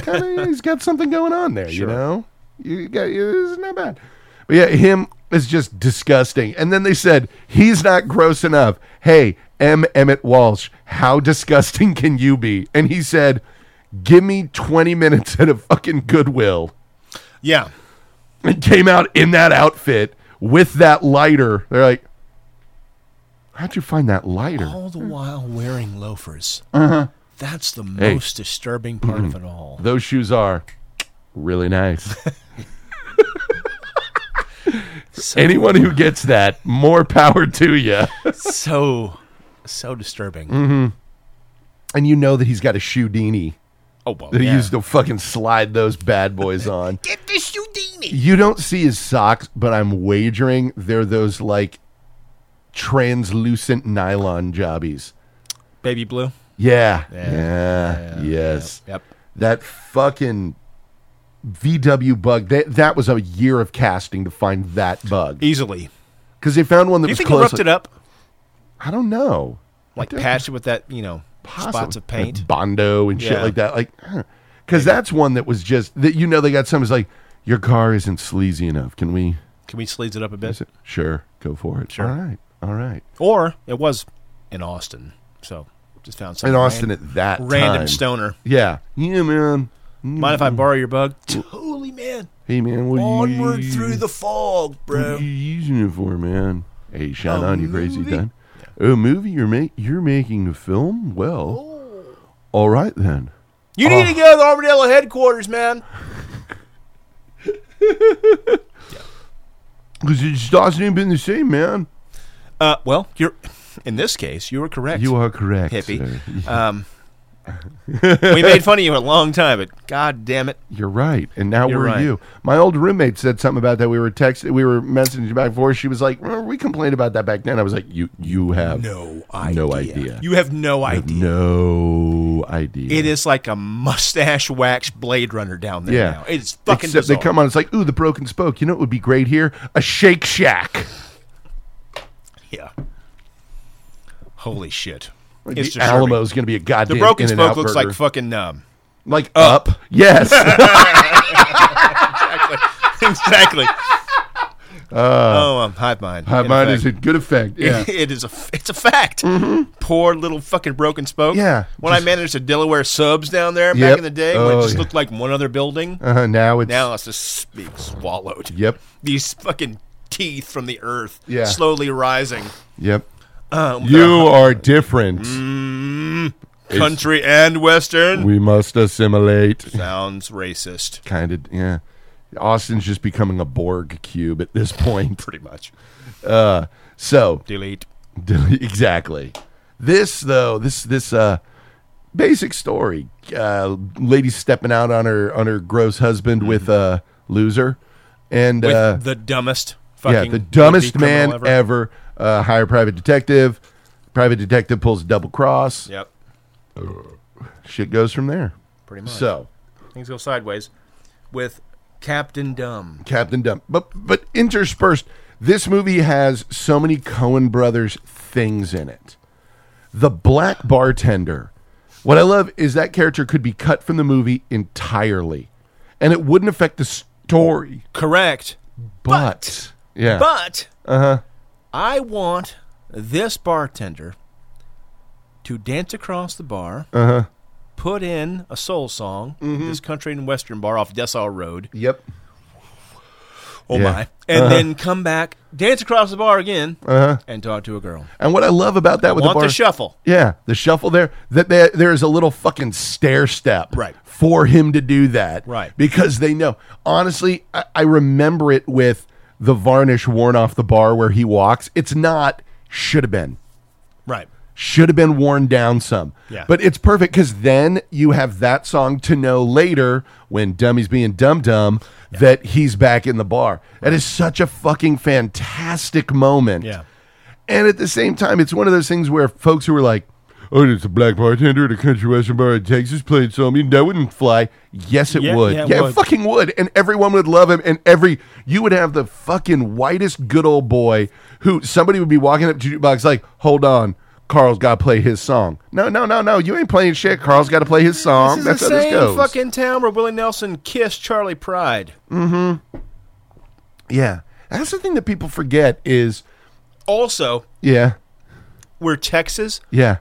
Speaker 1: Kind of, he's got something going on there, you know? You got, this is not bad. But yeah, him is just disgusting. And then they said, he's not gross enough. Hey, M. Emmett Walsh, how disgusting can you be? And he said, give me 20 minutes at a fucking Goodwill
Speaker 2: Yeah.
Speaker 1: and came out in that outfit with that lighter. They're like, how'd you find that lighter?
Speaker 2: All the while wearing loafers. That's the
Speaker 1: Uh-huh. Hey. Mm-hmm.
Speaker 2: most disturbing part of it all.
Speaker 1: Those shoes are really nice.
Speaker 2: So,
Speaker 1: Anyone who gets that, more power to you.
Speaker 2: so, so disturbing.
Speaker 1: Mm-hmm. And you know that he's got a shoe dini
Speaker 2: Oh well.
Speaker 1: that he
Speaker 2: yeah.
Speaker 1: used to fucking slide those bad boys on. Get the shoe dini. You don't see his socks, but I'm wagering they're those like translucent nylon jobbies.
Speaker 2: Baby blue.
Speaker 1: Yeah. Yeah.
Speaker 2: Yeah.
Speaker 1: Yes.
Speaker 2: Yep.
Speaker 1: that fucking VW bug. That that was a year of casting to find that bug
Speaker 2: Easily.
Speaker 1: because they found one that
Speaker 2: Do you
Speaker 1: was
Speaker 2: think
Speaker 1: close.
Speaker 2: he roughed it up?
Speaker 1: I don't know.
Speaker 2: Like
Speaker 1: don't-
Speaker 2: patched it with that, you know, spots
Speaker 1: Possibly.
Speaker 2: of paint.
Speaker 1: like bondo and shit
Speaker 2: Yeah.
Speaker 1: like that. Like because that's one that was just that you know they got some. It's like your car isn't sleazy enough. Can we?
Speaker 2: Can we sleaze it up a
Speaker 1: Is
Speaker 2: bit?
Speaker 1: it? Sure, go for it.
Speaker 2: Sure.
Speaker 1: All right. All right.
Speaker 2: Or it was in Austin. So just found
Speaker 1: In
Speaker 2: something.
Speaker 1: Austin at that
Speaker 2: random
Speaker 1: time.
Speaker 2: stoner.
Speaker 1: Yeah. Yeah, man.
Speaker 2: Mind if I borrow your bug? Totally, man.
Speaker 1: Hey, man. What are you?
Speaker 2: Onward through the fog,
Speaker 1: What
Speaker 2: bro.
Speaker 1: are you using it for, man? Hey, shine
Speaker 2: A
Speaker 1: on, you crazy
Speaker 2: Oh, movie?
Speaker 1: done. A movie you're make you're making a film? Well,
Speaker 2: Oh.
Speaker 1: all right then.
Speaker 2: You need to go to the Armadillo headquarters, man.
Speaker 1: Because it just hasn't been the same, man.
Speaker 2: Uh, well, you're in this case, you were correct.
Speaker 1: You are correct, sir.
Speaker 2: hippie. Um, we made fun of you a long time, but god damn it,
Speaker 1: You're right, and now
Speaker 2: You're
Speaker 1: we're
Speaker 2: right.
Speaker 1: you. My old roommate said something about that. We were text, we were messaging back and forth. She was like, "Remember, "We complained about that back then." I was like, "You, you have
Speaker 2: no idea.
Speaker 1: no idea.
Speaker 2: You have no
Speaker 1: You have
Speaker 2: idea.
Speaker 1: no idea."
Speaker 2: It is like a mustache wax Blade Runner down there
Speaker 1: Yeah.
Speaker 2: now. It's fucking
Speaker 1: Except
Speaker 2: bizarre.
Speaker 1: they come on. It's like, "Ooh, the broken spoke." You know, what would be great here a Shake Shack.
Speaker 2: Yeah. Holy shit.
Speaker 1: Like
Speaker 2: It's
Speaker 1: the
Speaker 2: disturbing.
Speaker 1: Alamo is going to be a
Speaker 2: The
Speaker 1: goddamn.
Speaker 2: broken
Speaker 1: In-N-Out
Speaker 2: spoke looks like
Speaker 1: burger.
Speaker 2: fucking um.
Speaker 1: like up. Yes.
Speaker 2: exactly. oh, um, hive mind.
Speaker 1: Uh,
Speaker 2: In
Speaker 1: mine
Speaker 2: fact.
Speaker 1: Uh, is a good effect. Yeah.
Speaker 2: it is a f- it's a fact. Poor little fucking broken spoke.
Speaker 1: Yeah,
Speaker 2: When
Speaker 1: just-
Speaker 2: I managed the Delaware subs down there
Speaker 1: Yep.
Speaker 2: back in the day, when
Speaker 1: Oh,
Speaker 2: it just
Speaker 1: yeah.
Speaker 2: looked like one other building,
Speaker 1: Uh, now it's
Speaker 2: now it's just being swallowed.
Speaker 1: Yep.
Speaker 2: These fucking teeth from the earth,
Speaker 1: Yeah.
Speaker 2: slowly rising.
Speaker 1: Yep.
Speaker 2: Um,
Speaker 1: You are different.
Speaker 2: Mm. country and western
Speaker 1: We must assimilate.
Speaker 2: sounds racist,
Speaker 1: Kind of. Yeah. Austin's just becoming a Borg cube at this point.
Speaker 2: pretty much.
Speaker 1: Uh, so
Speaker 2: Delete.
Speaker 1: exactly. This though, this this uh basic story. Uh lady stepping out on her on her gross husband with a loser and
Speaker 2: Mm-hmm. With
Speaker 1: uh
Speaker 2: the dumbest fucking
Speaker 1: yeah, the
Speaker 2: would-be
Speaker 1: dumbest
Speaker 2: criminal
Speaker 1: man ever. Uh, hire private detective. Private detective pulls a double cross.
Speaker 2: Yep.
Speaker 1: Shit goes from there.
Speaker 2: Pretty much.
Speaker 1: So
Speaker 2: Things go sideways with Captain Dumb.
Speaker 1: Captain Dumb, but but interspersed. This movie has so many Cohen Brothers things in it. The black bartender. What I love is that character could be cut from the movie entirely, and it wouldn't affect the story.
Speaker 2: Correct.
Speaker 1: But, yeah, Uh-huh.
Speaker 2: But I want this bartender to dance across the bar,
Speaker 1: Uh-huh.
Speaker 2: put in a soul song,
Speaker 1: Mm-hmm.
Speaker 2: this country and western bar off Dessau Road.
Speaker 1: yep,
Speaker 2: Oh
Speaker 1: Yeah. Uh-huh.
Speaker 2: my! And then come back, dance across the bar again, and talk to a girl.
Speaker 1: And what I love about that with
Speaker 2: want
Speaker 1: Uh-huh. the
Speaker 2: the,
Speaker 1: bar,
Speaker 2: shuffle?
Speaker 1: Yeah, the shuffle there. That there, there is a little fucking stair step,
Speaker 2: Right.
Speaker 1: for him to do that,
Speaker 2: Right.
Speaker 1: Because they know. Honestly, I, I remember it with the varnish worn off the bar where he walks. It's not should have been.
Speaker 2: Right.
Speaker 1: Should have been worn down some.
Speaker 2: Yeah.
Speaker 1: But it's perfect because then you have that song to know later when Dummy's being dumb dumb that he's back in the bar. That is such a fucking fantastic moment.
Speaker 2: Yeah.
Speaker 1: And at the same time, it's one of those things where folks who are like, oh, it's a black bartender at a country western bar in Texas played some. You- That wouldn't fly. Yes, it
Speaker 2: Yeah,
Speaker 1: would.
Speaker 2: yeah, it
Speaker 1: it
Speaker 2: would.
Speaker 1: fucking would. And everyone would love him. And every, you would have the fucking whitest good old boy who somebody would be walking up to jukebox like, hold on. Carl's got to play his song. No, no, no, no. You ain't playing shit. Carl's got to play his song.
Speaker 2: This is
Speaker 1: That's
Speaker 2: the
Speaker 1: how
Speaker 2: same
Speaker 1: this goes.
Speaker 2: fucking town where Willie Nelson kissed Charlie Pride.
Speaker 1: yeah. That's the thing that people forget is,
Speaker 2: Also,
Speaker 1: yeah,
Speaker 2: we're Texas,
Speaker 1: yeah,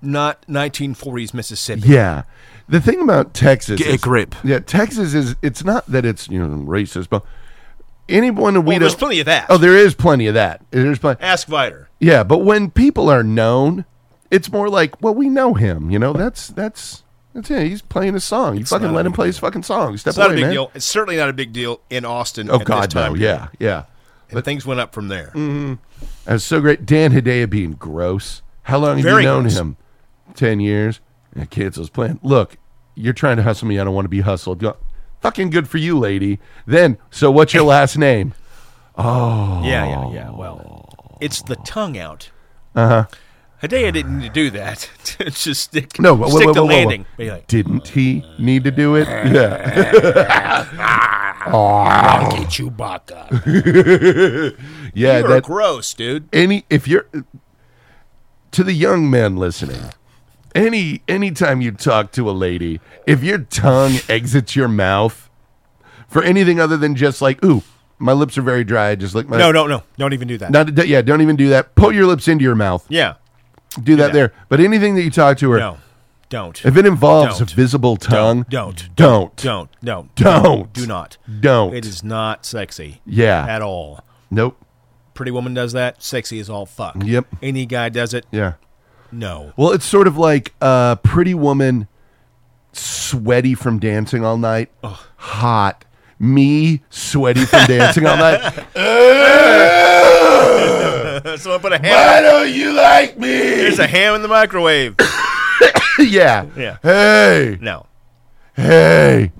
Speaker 2: not 1940s Mississippi.
Speaker 1: Yeah. The thing about Texas
Speaker 2: Get a
Speaker 1: is-
Speaker 2: grip.
Speaker 1: Yeah, Texas is it's not that it's, you know, racist, but anyone we
Speaker 2: Well,
Speaker 1: don't
Speaker 2: there's plenty of that.
Speaker 1: Oh, there is plenty of that. There's plenty
Speaker 2: Ask Viter.
Speaker 1: Yeah, but when people are known, it's more like, well, we know him, you know. That's that's that's it. He's playing his song. You fucking
Speaker 2: not
Speaker 1: let
Speaker 2: a
Speaker 1: him play his fucking song. Step
Speaker 2: It's not
Speaker 1: away,
Speaker 2: a big
Speaker 1: man.
Speaker 2: deal. It's certainly not a big deal in Austin.
Speaker 1: Oh
Speaker 2: at
Speaker 1: god,
Speaker 2: this time
Speaker 1: no.
Speaker 2: period.
Speaker 1: Yeah, Mm-hmm. yeah.
Speaker 2: And things went up from there.
Speaker 1: That was so great. Dan Hedaya being gross. How long have
Speaker 2: Very
Speaker 1: you known
Speaker 2: gross.
Speaker 1: him? Ten years. Yeah, kids I was playing. Look, you're trying to hustle me. I don't want to be hustled. Go- Fucking good for you, lady. Then, so what's your last name?
Speaker 2: Yeah, yeah, yeah. Well,
Speaker 1: Oh.
Speaker 2: it's the tongue out.
Speaker 1: Uh-huh.
Speaker 2: Uh huh. Hideo didn't need to do that. Just stick,
Speaker 1: No, wait,
Speaker 2: stick
Speaker 1: wait,
Speaker 2: to
Speaker 1: wait, wait,
Speaker 2: landing.
Speaker 1: wait.
Speaker 2: Be like,
Speaker 1: Didn't he need to do it? Yeah.
Speaker 2: Chewbacca.
Speaker 1: Yeah.
Speaker 2: You're
Speaker 1: that,
Speaker 2: gross, dude.
Speaker 1: any if you're to the young men listening any anytime you talk to a lady if your tongue exits your mouth for anything other than just like ooh my lips are very dry I just like my
Speaker 2: No, no, no. Don't even do that.
Speaker 1: not yeah don't even do that put your lips into your mouth
Speaker 2: Yeah.
Speaker 1: do that,
Speaker 2: that.
Speaker 1: there but anything that you talk to her
Speaker 2: No. Don't.
Speaker 1: if it involves
Speaker 2: Don't.
Speaker 1: a visible tongue
Speaker 2: don't,
Speaker 1: don't
Speaker 2: Don't. No.
Speaker 1: Don't.
Speaker 2: Do not.
Speaker 1: Don't.
Speaker 2: It is not sexy.
Speaker 1: Yeah.
Speaker 2: At all.
Speaker 1: nope
Speaker 2: Pretty woman does that. Sexy as all fuck.
Speaker 1: Yep.
Speaker 2: Any guy does it.
Speaker 1: yeah
Speaker 2: No.
Speaker 1: Well, it's sort of like uh, pretty woman, sweaty from dancing all night, hot. Me sweaty from dancing all night.
Speaker 2: Someone put a ham.
Speaker 1: don't you like me?
Speaker 2: There's a ham in the microwave.
Speaker 1: yeah.
Speaker 2: Yeah.
Speaker 1: Hey,
Speaker 2: No.
Speaker 1: hey.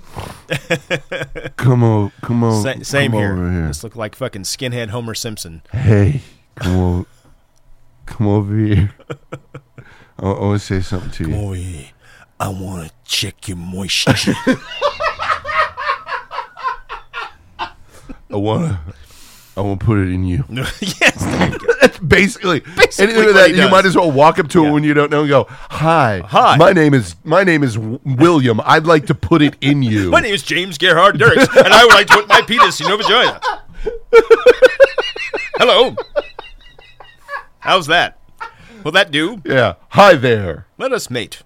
Speaker 1: come on, come on.
Speaker 2: Sa- same
Speaker 1: come
Speaker 2: here.
Speaker 1: Over here.
Speaker 2: This look like fucking skinhead Homer Simpson.
Speaker 1: Hey, come on, come over here. I want to say something to you.
Speaker 2: Boy, I want to check your moisture.
Speaker 1: I wanna, I wanna put it in you.
Speaker 2: yes. thank you.
Speaker 1: basically,
Speaker 2: Basically
Speaker 1: anything with
Speaker 2: what
Speaker 1: that,
Speaker 2: he
Speaker 1: you
Speaker 2: does.
Speaker 1: might as well walk up to it
Speaker 2: Yeah.
Speaker 1: when you don't know and go, "Hi,
Speaker 2: Hi.
Speaker 1: My name is my name is W- William. I'd like to put it in you."
Speaker 2: My name is James Gerhard Dirks, and I would like to put my penis in your vagina. Hello. How's that? Will that do?
Speaker 1: yeah. Hi there.
Speaker 2: Let us mate.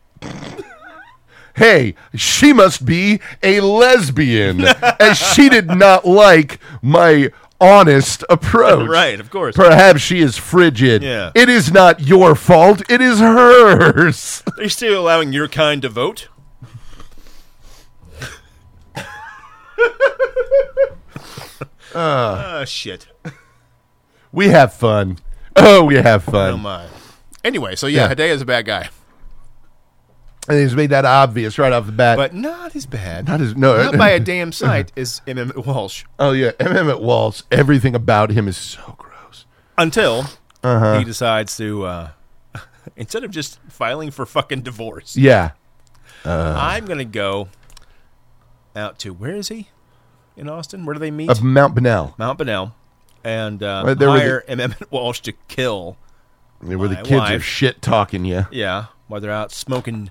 Speaker 1: Hey, she must be a lesbian, as she did not like my honest approach.
Speaker 2: Right, of course.
Speaker 1: Perhaps she is frigid.
Speaker 2: Yeah.
Speaker 1: It is not your fault. It is hers.
Speaker 2: Are you still allowing your kind to vote? Ah, shit.
Speaker 1: We have fun. Oh, we have
Speaker 2: Oh,
Speaker 1: fun.
Speaker 2: my. Anyway, so yeah,
Speaker 1: Yeah.
Speaker 2: Hidea's a bad guy.
Speaker 1: and he's made that obvious right off the bat.
Speaker 2: But not as bad.
Speaker 1: not as no,
Speaker 2: Not by a damn sight is MM Walsh
Speaker 1: Oh yeah, M. Emmett Walsh. Everything about him is so gross.
Speaker 2: until
Speaker 1: Uh-huh.
Speaker 2: he decides to uh, instead of just filing for fucking divorce,
Speaker 1: Yeah, Uh.
Speaker 2: I'm gonna go out to where is he in Austin? Where do they meet?
Speaker 1: of Mount Bonnell.
Speaker 2: Mount Bonnell, and uh,
Speaker 1: Right there where
Speaker 2: hire MM Walsh to kill.
Speaker 1: Where the
Speaker 2: My
Speaker 1: kids are
Speaker 2: wife.
Speaker 1: shit talking you.
Speaker 2: Yeah, while they're out smoking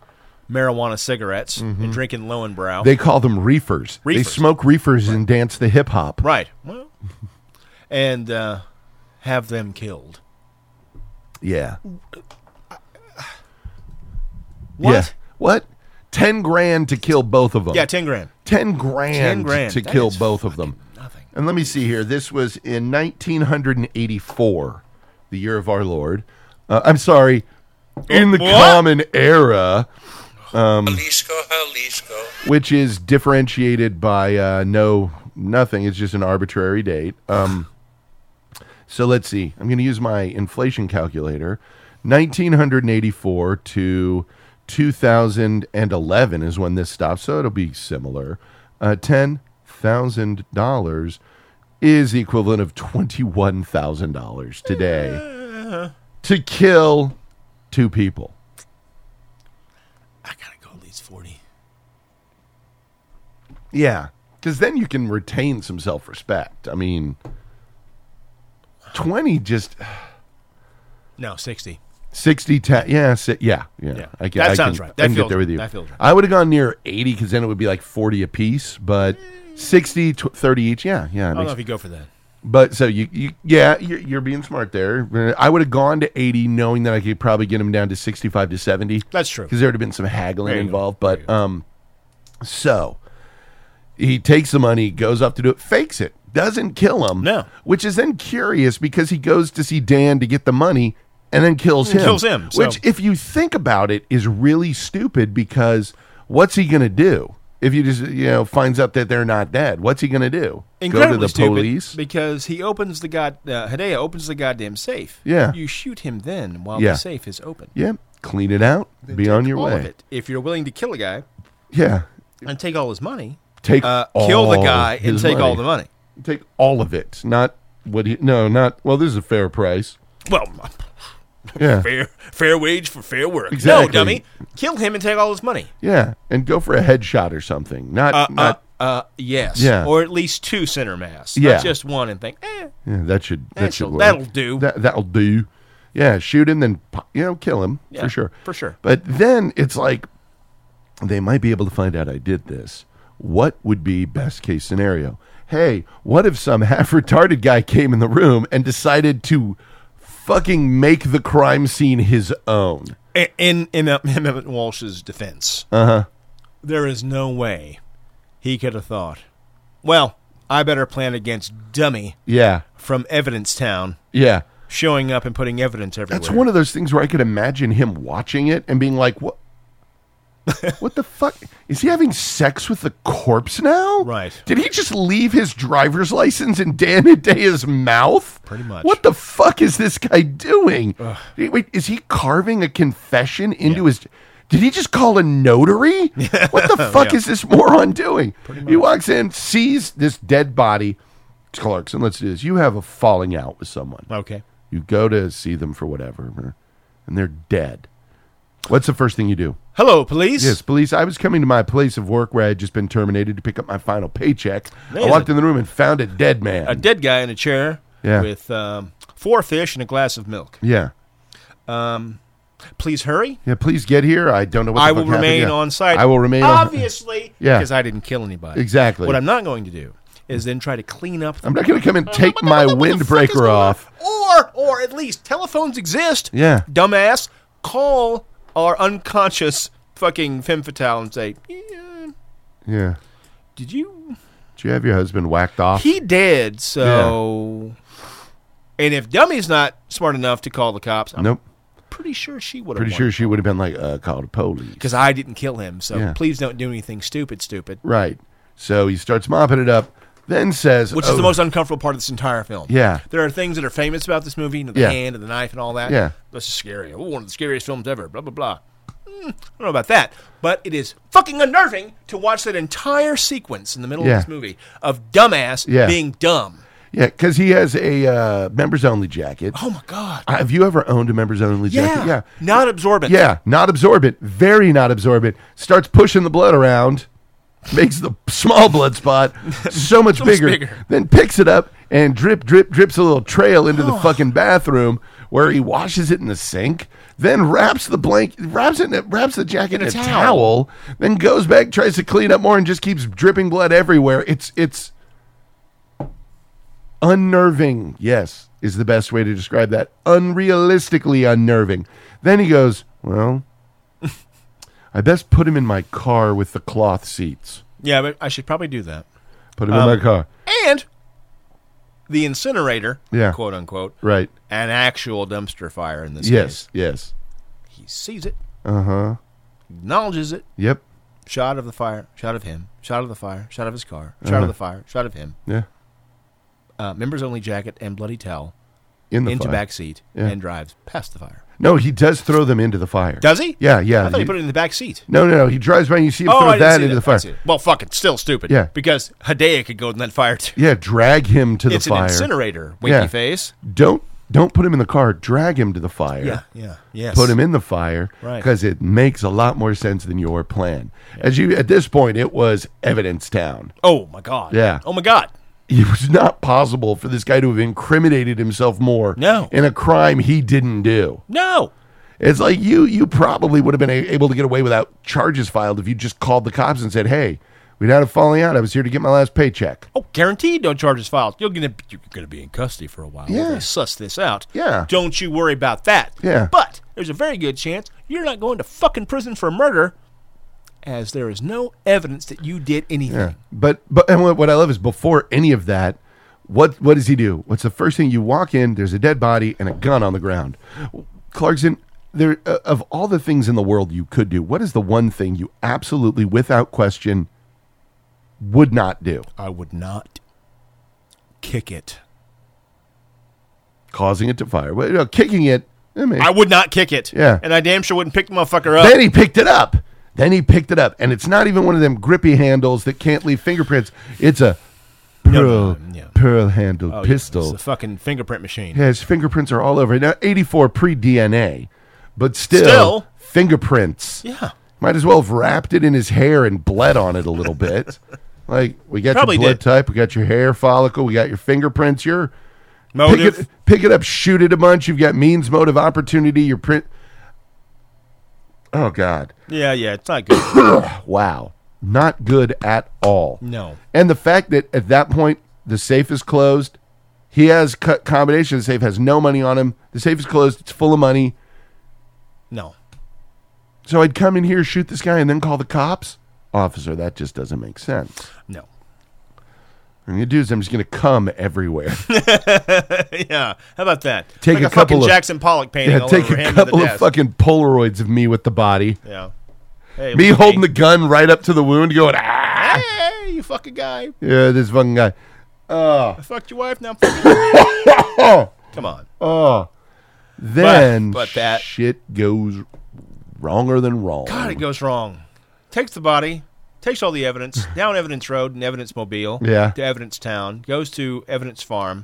Speaker 2: marijuana cigarettes and drinking Lowenbrow.
Speaker 1: Mm-hmm. They call them reefers. They
Speaker 2: Reefers.
Speaker 1: smoke reefers and dance the hip hop.
Speaker 2: right. Well, and uh, have them killed.
Speaker 1: Yeah.
Speaker 2: What?
Speaker 1: Yeah. What? Ten grand to kill both of them.
Speaker 2: Yeah, ten grand.
Speaker 1: ten grand,
Speaker 2: 10 grand.
Speaker 1: to
Speaker 2: That
Speaker 1: kill
Speaker 2: is
Speaker 1: both of them.
Speaker 2: Nothing.
Speaker 1: And let me see here. This was in 1984, the year of our Lord. Uh, I'm sorry, in the
Speaker 2: What?
Speaker 1: Common Era. um,
Speaker 3: Jalisco, Jalisco.
Speaker 1: which is differentiated by uh, no nothing. It's just an arbitrary date. Um, so let's see. I'm going to use my inflation calculator 1984 to 2011 is when this stops, so it'll be similar. Uh, $10,000 is the equivalent of $21,000 today to kill two people.
Speaker 2: I gotta go at least forty.
Speaker 1: Yeah, because then you can retain some self respect. I mean, 20 just
Speaker 2: No, sixty.
Speaker 1: 60 10 yeah si- yeah yeah,
Speaker 2: Yeah.
Speaker 1: I
Speaker 2: That
Speaker 1: I
Speaker 2: sounds right. That
Speaker 1: I can get
Speaker 2: feels-
Speaker 1: there with you
Speaker 2: that feels right.
Speaker 1: i would have gone near 80 because then it would be like 40 apiece but 60 tw- 30 each yeah yeah it
Speaker 2: I don't
Speaker 1: makes-
Speaker 2: know if you go for that.
Speaker 1: but so you, you yeah you're, you're being smart there i would have gone to 80 knowing that i could probably get him down to 65 to 70
Speaker 2: That's true.
Speaker 1: because there would have been some haggling
Speaker 2: There you go.
Speaker 1: involved. But um, so he takes the money, goes up to do it, fakes it, doesn't kill him.
Speaker 2: No.
Speaker 1: which is then curious because he goes to see Dan to get the money and then kills him.
Speaker 2: Kills him, so-
Speaker 1: which if you think about it, is really stupid because what's he going to do? If you just you know finds out that they're not dead, what's he going to do?
Speaker 2: Incredibly
Speaker 1: Go to the
Speaker 2: stupid
Speaker 1: police?
Speaker 2: because he opens the god. Uh, Hideo opens the goddamn safe.
Speaker 1: Yeah.
Speaker 2: you shoot him then while
Speaker 1: Yeah.
Speaker 2: the safe is open.
Speaker 1: Yeah, clean it out. Be on your
Speaker 2: All
Speaker 1: way.
Speaker 2: of it. If you're willing to kill a guy
Speaker 1: Yeah,
Speaker 2: and take all his money,
Speaker 1: take
Speaker 2: uh, kill the
Speaker 1: all
Speaker 2: guy and
Speaker 1: his
Speaker 2: take all the money.
Speaker 1: take all of it. Not what he. No, not well. This is a fair price.
Speaker 2: Well,
Speaker 1: Yeah,
Speaker 2: fair fair wage for fair work.
Speaker 1: Exactly.
Speaker 2: No, dummy, kill him and take all his money.
Speaker 1: yeah, and go for a headshot or something. Not,
Speaker 2: Uh, uh,
Speaker 1: not.
Speaker 2: uh, yes.
Speaker 1: Yeah.
Speaker 2: Or at least two center mass.
Speaker 1: Yeah.
Speaker 2: Not just one and think, eh,
Speaker 1: yeah, that should that should
Speaker 2: that'll-
Speaker 1: work.
Speaker 2: that'll do.
Speaker 1: That that'll do. Yeah, shoot him, then po- you know, kill him
Speaker 2: Yeah,
Speaker 1: for sure.
Speaker 2: for sure.
Speaker 1: But then it's like they might be able to find out I did this. What would be best case scenario? Hey, what if some half retarded guy came in the room and decided to fucking make the crime scene his own?
Speaker 2: in in, in uh, Emmett Walsh's defense, uh-huh. there is no way he could have thought, well, I better plan against Dummy
Speaker 1: Yeah,
Speaker 2: from Evidence Town
Speaker 1: yeah.
Speaker 2: showing up and putting evidence everywhere.
Speaker 1: That's one of those things where I could imagine him watching it and being like, "What? what the fuck? Is he having sex with the corpse now?
Speaker 2: Right.
Speaker 1: Did he just leave his driver's license in Dan and Daya's mouth?
Speaker 2: Pretty much.
Speaker 1: What the fuck is this guy doing? Wait, wait, is he carving a confession into his? Did he just call a notary? What the fuck
Speaker 2: Yeah.
Speaker 1: is this moron doing? He walks in, sees this dead body. Clarkson, let's do this. You have a falling out with someone.
Speaker 2: Okay.
Speaker 1: You go to see them for whatever, and they're dead. What's the first thing you do?
Speaker 2: Hello, police.
Speaker 1: Yes, police. I was coming to my place of work where I had just been terminated to pick up my final paycheck. I
Speaker 2: Amazing.
Speaker 1: walked in the room and found a dead man.
Speaker 2: A dead guy in a chair
Speaker 1: Yeah.
Speaker 2: with um, four fish and a glass of milk.
Speaker 1: yeah,
Speaker 2: Please hurry.
Speaker 1: yeah. Please get here. I don't know. what the
Speaker 2: I
Speaker 1: fuck
Speaker 2: will
Speaker 1: happened.
Speaker 2: remain
Speaker 1: Yeah.
Speaker 2: on site.
Speaker 1: I will remain. on...
Speaker 2: Obviously.
Speaker 1: Yeah.
Speaker 2: Because I didn't kill anybody.
Speaker 1: Exactly.
Speaker 2: What I'm not going to do is then try to clean up the
Speaker 1: I'm not going to come and take my
Speaker 2: What the fuck is
Speaker 1: windbreaker
Speaker 2: going
Speaker 1: off.
Speaker 2: on? Or, or at least telephones exist.
Speaker 1: Yeah.
Speaker 2: Dumbass, call our unconscious fucking femme fatale and say, yeah,
Speaker 1: Yeah.
Speaker 2: "Did you?
Speaker 1: Did you have your husband whacked off?
Speaker 2: He did." So, and if Dummy's not smart enough to call the cops, I'm
Speaker 1: nope.
Speaker 2: pretty sure she would.
Speaker 1: Pretty sure she would have been like, uh, call the police.
Speaker 2: because I didn't kill him. So
Speaker 1: Yeah.
Speaker 2: please don't do anything stupid, stupid.
Speaker 1: Right. So he starts mopping it up. Then says,
Speaker 2: Which is the
Speaker 1: "Oh,
Speaker 2: most uncomfortable part of this entire film.
Speaker 1: Yeah.
Speaker 2: There are things that are famous about this movie, you know, the
Speaker 1: Yeah.
Speaker 2: hand and the knife and all that.
Speaker 1: Yeah.
Speaker 2: This is scary. Oh, one of the scariest films ever, blah, blah, blah. Mm, I don't know about that, but it is fucking unnerving to watch that entire sequence in the middle
Speaker 1: Yeah.
Speaker 2: of this movie of dumbass
Speaker 1: Yeah.
Speaker 2: being dumb.
Speaker 1: Yeah, because he has a uh, members only jacket.
Speaker 2: Oh, my God.
Speaker 1: Uh, Have you ever owned a members only
Speaker 2: Yeah.
Speaker 1: jacket? Yeah.
Speaker 2: Not absorbent.
Speaker 1: Yeah. Not absorbent. Very not absorbent. Starts pushing the blood around, makes the small blood spot so much,
Speaker 2: much
Speaker 1: bigger,
Speaker 2: bigger.
Speaker 1: Then picks it up and drip, drip, drips a little trail into the fucking bathroom where he washes it in the sink. Then wraps the blank, wraps it, in a- wraps the jacket in a, towel. Then goes back, tries to clean up more, and just keeps dripping blood everywhere. It's it's unnerving. Yes, is the best way to describe that. Unrealistically unnerving. Then he goes, Well, I best put him in my car with the cloth seats.
Speaker 2: Yeah, but I should probably do that.
Speaker 1: Put him
Speaker 2: Um,
Speaker 1: in my car.
Speaker 2: And the incinerator,
Speaker 1: Yeah.
Speaker 2: quote unquote,
Speaker 1: Right.
Speaker 2: an actual dumpster fire in this
Speaker 1: Yes, yes. Uh-huh.
Speaker 2: case. He sees it. Uh huh. Acknowledges it.
Speaker 1: Yep.
Speaker 2: shot of the fire, shot of him, shot of the fire, shot of his
Speaker 1: Uh-huh.
Speaker 2: car, shot of the fire, shot of him,
Speaker 1: Yeah.
Speaker 2: uh, members only jacket and bloody towel,
Speaker 1: in the
Speaker 2: into
Speaker 1: fire.
Speaker 2: back seat
Speaker 1: Yeah.
Speaker 2: and drives past the fire.
Speaker 1: No, he does throw them into the fire.
Speaker 2: Does he?
Speaker 1: Yeah, yeah.
Speaker 2: I thought he
Speaker 1: He-
Speaker 2: put it in the back seat.
Speaker 1: no, no, no. He drives by and you see him
Speaker 2: oh, I
Speaker 1: throw
Speaker 2: didn't
Speaker 1: that
Speaker 2: see
Speaker 1: into the
Speaker 2: I
Speaker 1: fire.
Speaker 2: see it. Well, fuck it, still stupid.
Speaker 1: Yeah.
Speaker 2: because Hidea could go in that fire too.
Speaker 1: Yeah, drag him to the
Speaker 2: it's an
Speaker 1: fire.
Speaker 2: incinerator, winky
Speaker 1: Yeah.
Speaker 2: face.
Speaker 1: Don't don't put him in the car. Drag him to the fire.
Speaker 2: yeah, yes.
Speaker 1: Put him in the fire
Speaker 2: Right.
Speaker 1: because it makes a lot more sense than your plan. As you at this point, it was evidence town.
Speaker 2: Oh my god.
Speaker 1: Yeah.
Speaker 2: Oh my god.
Speaker 1: It was not possible for this guy to have incriminated himself more
Speaker 2: No.
Speaker 1: in a crime he didn't do.
Speaker 2: No.
Speaker 1: It's like you you probably would have been a- able to get away without charges filed if you just called the cops and said, "Hey, we had a falling out. I was here to get my last paycheck."
Speaker 2: Oh, guaranteed, no charges filed. You're gonna you're gonna be in custody for a while. while
Speaker 1: Yeah.
Speaker 2: They suss this out.
Speaker 1: Yeah.
Speaker 2: Don't you worry about that.
Speaker 1: Yeah.
Speaker 2: But there's a very good chance you're not going to fucking prison for murder, as there is no evidence that you did anything.
Speaker 1: Yeah. But but and what, what I love is before any of that, what what does he do? What's the first thing you walk in? There's a dead body and a gun on the ground. Clarkson, there uh, of all the things in the world you could do, what is the one thing you absolutely, without question, would not do?
Speaker 2: I would not kick it.
Speaker 1: Causing it to fire, well, you know, kicking it. I mean,
Speaker 2: I would not kick it.
Speaker 1: Yeah.
Speaker 2: And I damn sure wouldn't pick the motherfucker up.
Speaker 1: Then he picked it up. Then he picked it up, and it's not even one of them grippy handles that can't leave fingerprints. It's a pearl,
Speaker 2: no, no.
Speaker 1: pearl handled
Speaker 2: Oh, yeah,
Speaker 1: pistol.
Speaker 2: It's a fucking fingerprint machine.
Speaker 1: Yeah, his fingerprints are all over. Now, 84 pre DNA, but still,
Speaker 2: Still.
Speaker 1: fingerprints.
Speaker 2: Yeah.
Speaker 1: Might as well have wrapped it in his hair and bled on it a little bit. like, we got
Speaker 2: Probably
Speaker 1: your blood
Speaker 2: did.
Speaker 1: type, we got your hair follicle, we got your fingerprints. You're pick
Speaker 2: Motive.
Speaker 1: it, pick it up, shoot it a bunch. You've got means, motive, opportunity, your print. Oh, God.
Speaker 2: Yeah, yeah, it's not good.
Speaker 1: Wow. Not good at all.
Speaker 2: No.
Speaker 1: And the fact that at that point, the safe is closed. He has co- combination. The safe has no money on him. The safe is closed. It's full of money.
Speaker 2: no.
Speaker 1: So I'd come in here, shoot this guy, and then call the cops? Officer, that just doesn't make sense.
Speaker 2: No.
Speaker 1: And you do is I'm just going to come everywhere.
Speaker 2: yeah. How about that?
Speaker 1: Take
Speaker 2: like
Speaker 1: a
Speaker 2: a, fucking
Speaker 1: couple of-
Speaker 2: Jackson Pollock painting
Speaker 1: Yeah,
Speaker 2: all
Speaker 1: take
Speaker 2: over
Speaker 1: a
Speaker 2: him at the
Speaker 1: couple of
Speaker 2: desk.
Speaker 1: fucking Polaroids of me with the body.
Speaker 2: yeah. Hey,
Speaker 1: Me
Speaker 2: look at
Speaker 1: holding the gun right up to the wound, going, ah!
Speaker 2: Hey, you fucking guy.
Speaker 1: Yeah, this fucking guy.
Speaker 2: I fucked your wife. Now I'm fucking. Come on.
Speaker 1: Then
Speaker 2: but that-
Speaker 1: shit goes wronger than wrong.
Speaker 2: God, it goes wrong. Takes the body, takes all the evidence down Evidence Road and Evidence Mobile.
Speaker 1: Yeah.
Speaker 2: To Evidence Town, goes to Evidence Farm,